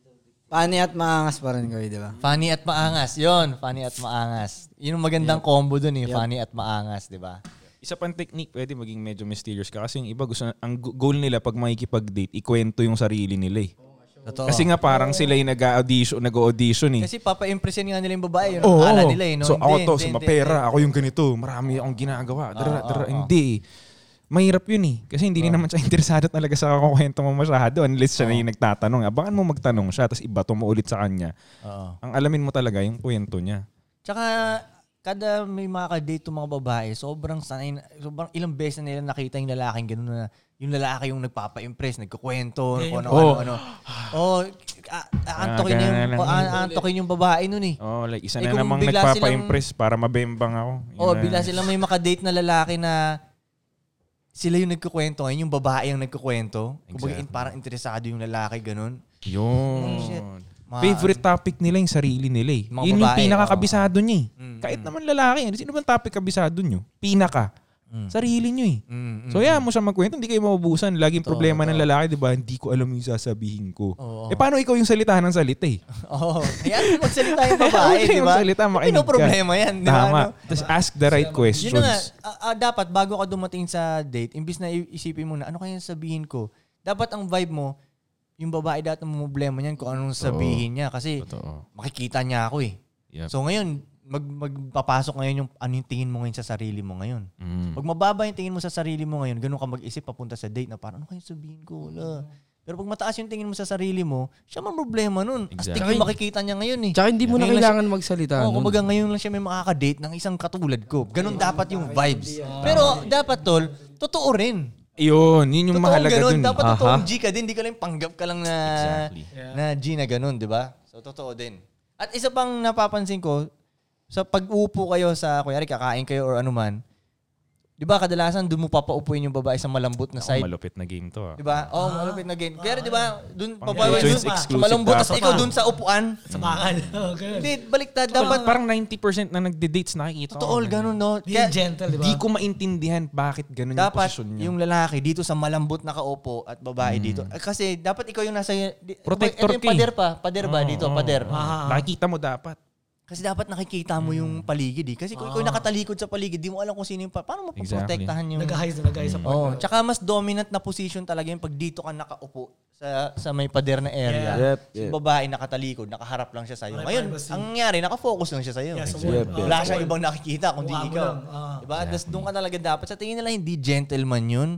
Funny at maangas pa rin kayo, di ba? Funny at maangas. Yon, funny at maangas. Yun ang magandang combo dun eh. Funny at maangas, di ba? Isa pang technique, pwede maging medyo mysterious ka kasi yung iba gusto, na- ang go- goal nila pag makikipag-date, ikwento yung sarili nila eh. Totoo. Kasi nga parang sila yung nag-audition, nag-audition eh. Kasi papa-impressin nga nila yung babae. Yun Oo. ang ala nila eh. No? So Hindi, ako to, hindi, sa hindi, mapera, hindi. ako yung ganito, marami akong ginagawa. Dara, Oo, dara, oo, hindi. Mahirap yun eh. Kasi hindi rin naman siya interesado talaga sa kukwento mo masyado unless siya na yung nagtatanong. Abangan mo magtanong siya tapos ibato mo ulit sa kanya. Oo. Ang alamin mo talaga yung kwento niya. Tsaka kada may makaka-date yung mga babae, sobrang sanay, na- sobrang ilang beses na nila nakita yung lalaking ganun na yung lalaki yung nagpapa-impress, nagkukwento, Yeah, yung- kung ano, Oh. ano, ano. Oh, a- aantokin na yung, Ganun. o, a- aantokin yung babae nun eh. Oh, like isa Eh, na kung namang bigla silang- nagpapa-impress para mabembang ako. Yun Oo, oh, na. bila sila may makadate na lalaki na sila yung nagkukwento, ngayon yung babae ang nagkukwento. Kumbaga, Exactly. parang interesado yung lalaki, ganun. Yun. Oh, shit. Mga- Favorite topic nila yung sarili nila eh. Mga Yun yung babae, pinakakabisado niya eh. Mm, Kahit naman lalaki, yan. sino bang topic kabisado niyo? Pinaka. Sarili niyo eh. Mm, So mm, yeah, mo siya magkwento, hindi kayo maubusan. Laging Totoo, problema ng totoo. lalaki, di ba? Hindi ko alam yung sasabihin ko. Oo. Eh paano ikaw yung salita ng salita eh? Oo. Oh, ayan, magsalita yung babae, Huwag di ba? kayong salita, makinig ka. Pinoproblema yan, di ba? Tama. Ano? Tapos ask the right questions. Yun na nga, ah, ah, dapat bago ka dumating sa date, imbis na i- isipin mo na ano kaya yung sabihin ko, dapat ang vibe mo, yung babae dapat ang problema niyan kung anong Totoo. sabihin niya kasi makikita niya ako eh. Yep. So ngayon, mag magpapasok ngayon yung ano yung tingin mo ngayon sa sarili mo ngayon. Mm. Pag mababa yung tingin mo sa sarili mo ngayon, ganun ka mag-isip papunta sa date na parang ano kaya yung sabihin ko na. Mm. Pero pag mataas yung tingin mo sa sarili mo, siya man problema nun. Astig Tsaka yung hin- makikita niya ngayon eh. Tsaka hindi mo na Ngayon lang kailangan siya- magsalita Oo, nun. kumbaga ngayon lang siya may makakadate ng isang katulad ko. Ganun dapat yung vibes. Pero dapat tol, totoo rin. Yun, yun yung Totoo mahalaga ganun. dun. eh. Dapat totoong G ka din. Hindi ka lang panggap ka lang na, na G na ganun, di ba? So, totoo din. At isa pang napapansin ko, sa pag-upo kayo sa, kuyari kakain kayo or anuman, di ba kadalasan doon mo papaupuin yung babae sa malambot na Ako, side. malupit na game to ah. Di ba? Oh, malupit na game. Kaya di ba, doon Pang babae choice doon pa, sa exclusive malambot, dapat. tapos ikaw doon sa upuan. Sa bakal. Hindi, baliktad. Dapat parang 90% na nagde-dates nakikita ko. Totoo, ganun, no? Being gentle, di ba? Di ko maintindihan bakit ganun yung dapat posisyon niya. yung lalaki dito sa malambot na kaupo at babae Mm. dito. Eh, Kasi dapat ikaw yung nasa... di- Protector ito yung ka eh. pader pa. Pader ba Oo, dito? oo, Ah. Pader. oo. Nakikita mo dapat. Kasi dapat nakikita mo Hmm. yung paligid eh. Kasi kung ikaw yung Ah. nakatalikod sa paligid, di mo alam kung sino yung... Pa- paano mo Exactly. paprotektahan yung... Nag-hide na nag-hide sa Oo, partner. tsaka mas dominant na position talaga yung pag dito ka nakaupo sa sa may pader na area. Yeah. Yep, Yung babae nakatalikod, nakaharap lang siya sa iyo. May Ngayon, privacy. ang nangyari, nakafocus lang siya sa iyo. Yeah, sa wall. Yep, yep. Wala Sa siyang wall. ibang nakikita kundi Mukha mo ikaw. lang, ah. Diba? Tapos doon ka talaga dapat. Sa tingin nila, hindi gentleman yun.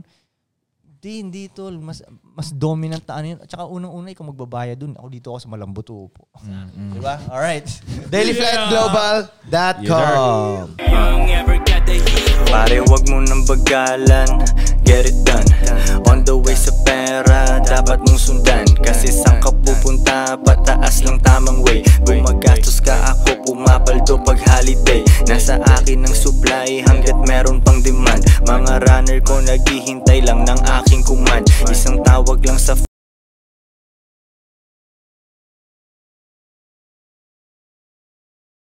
Hindi, hindi tol. Mas, mas dominant na ano yun. At saka unang-una, ikaw magbabaya dun. Ako dito ako sa malambot upo. Mm-hmm. Diba? Alright. Dailyflightglobal.com Pare wag mo nang bagalan Get it done On the way sa pera Dapat mong sundan Kasi saan ka pupunta Pataas lang tamang way Bumagastos ka ako Pumapaldo pag holiday Nasa akin ang supply Hanggat meron pang demand Mga runner ko Naghihintay lang ng aking command Isang tawag lang sa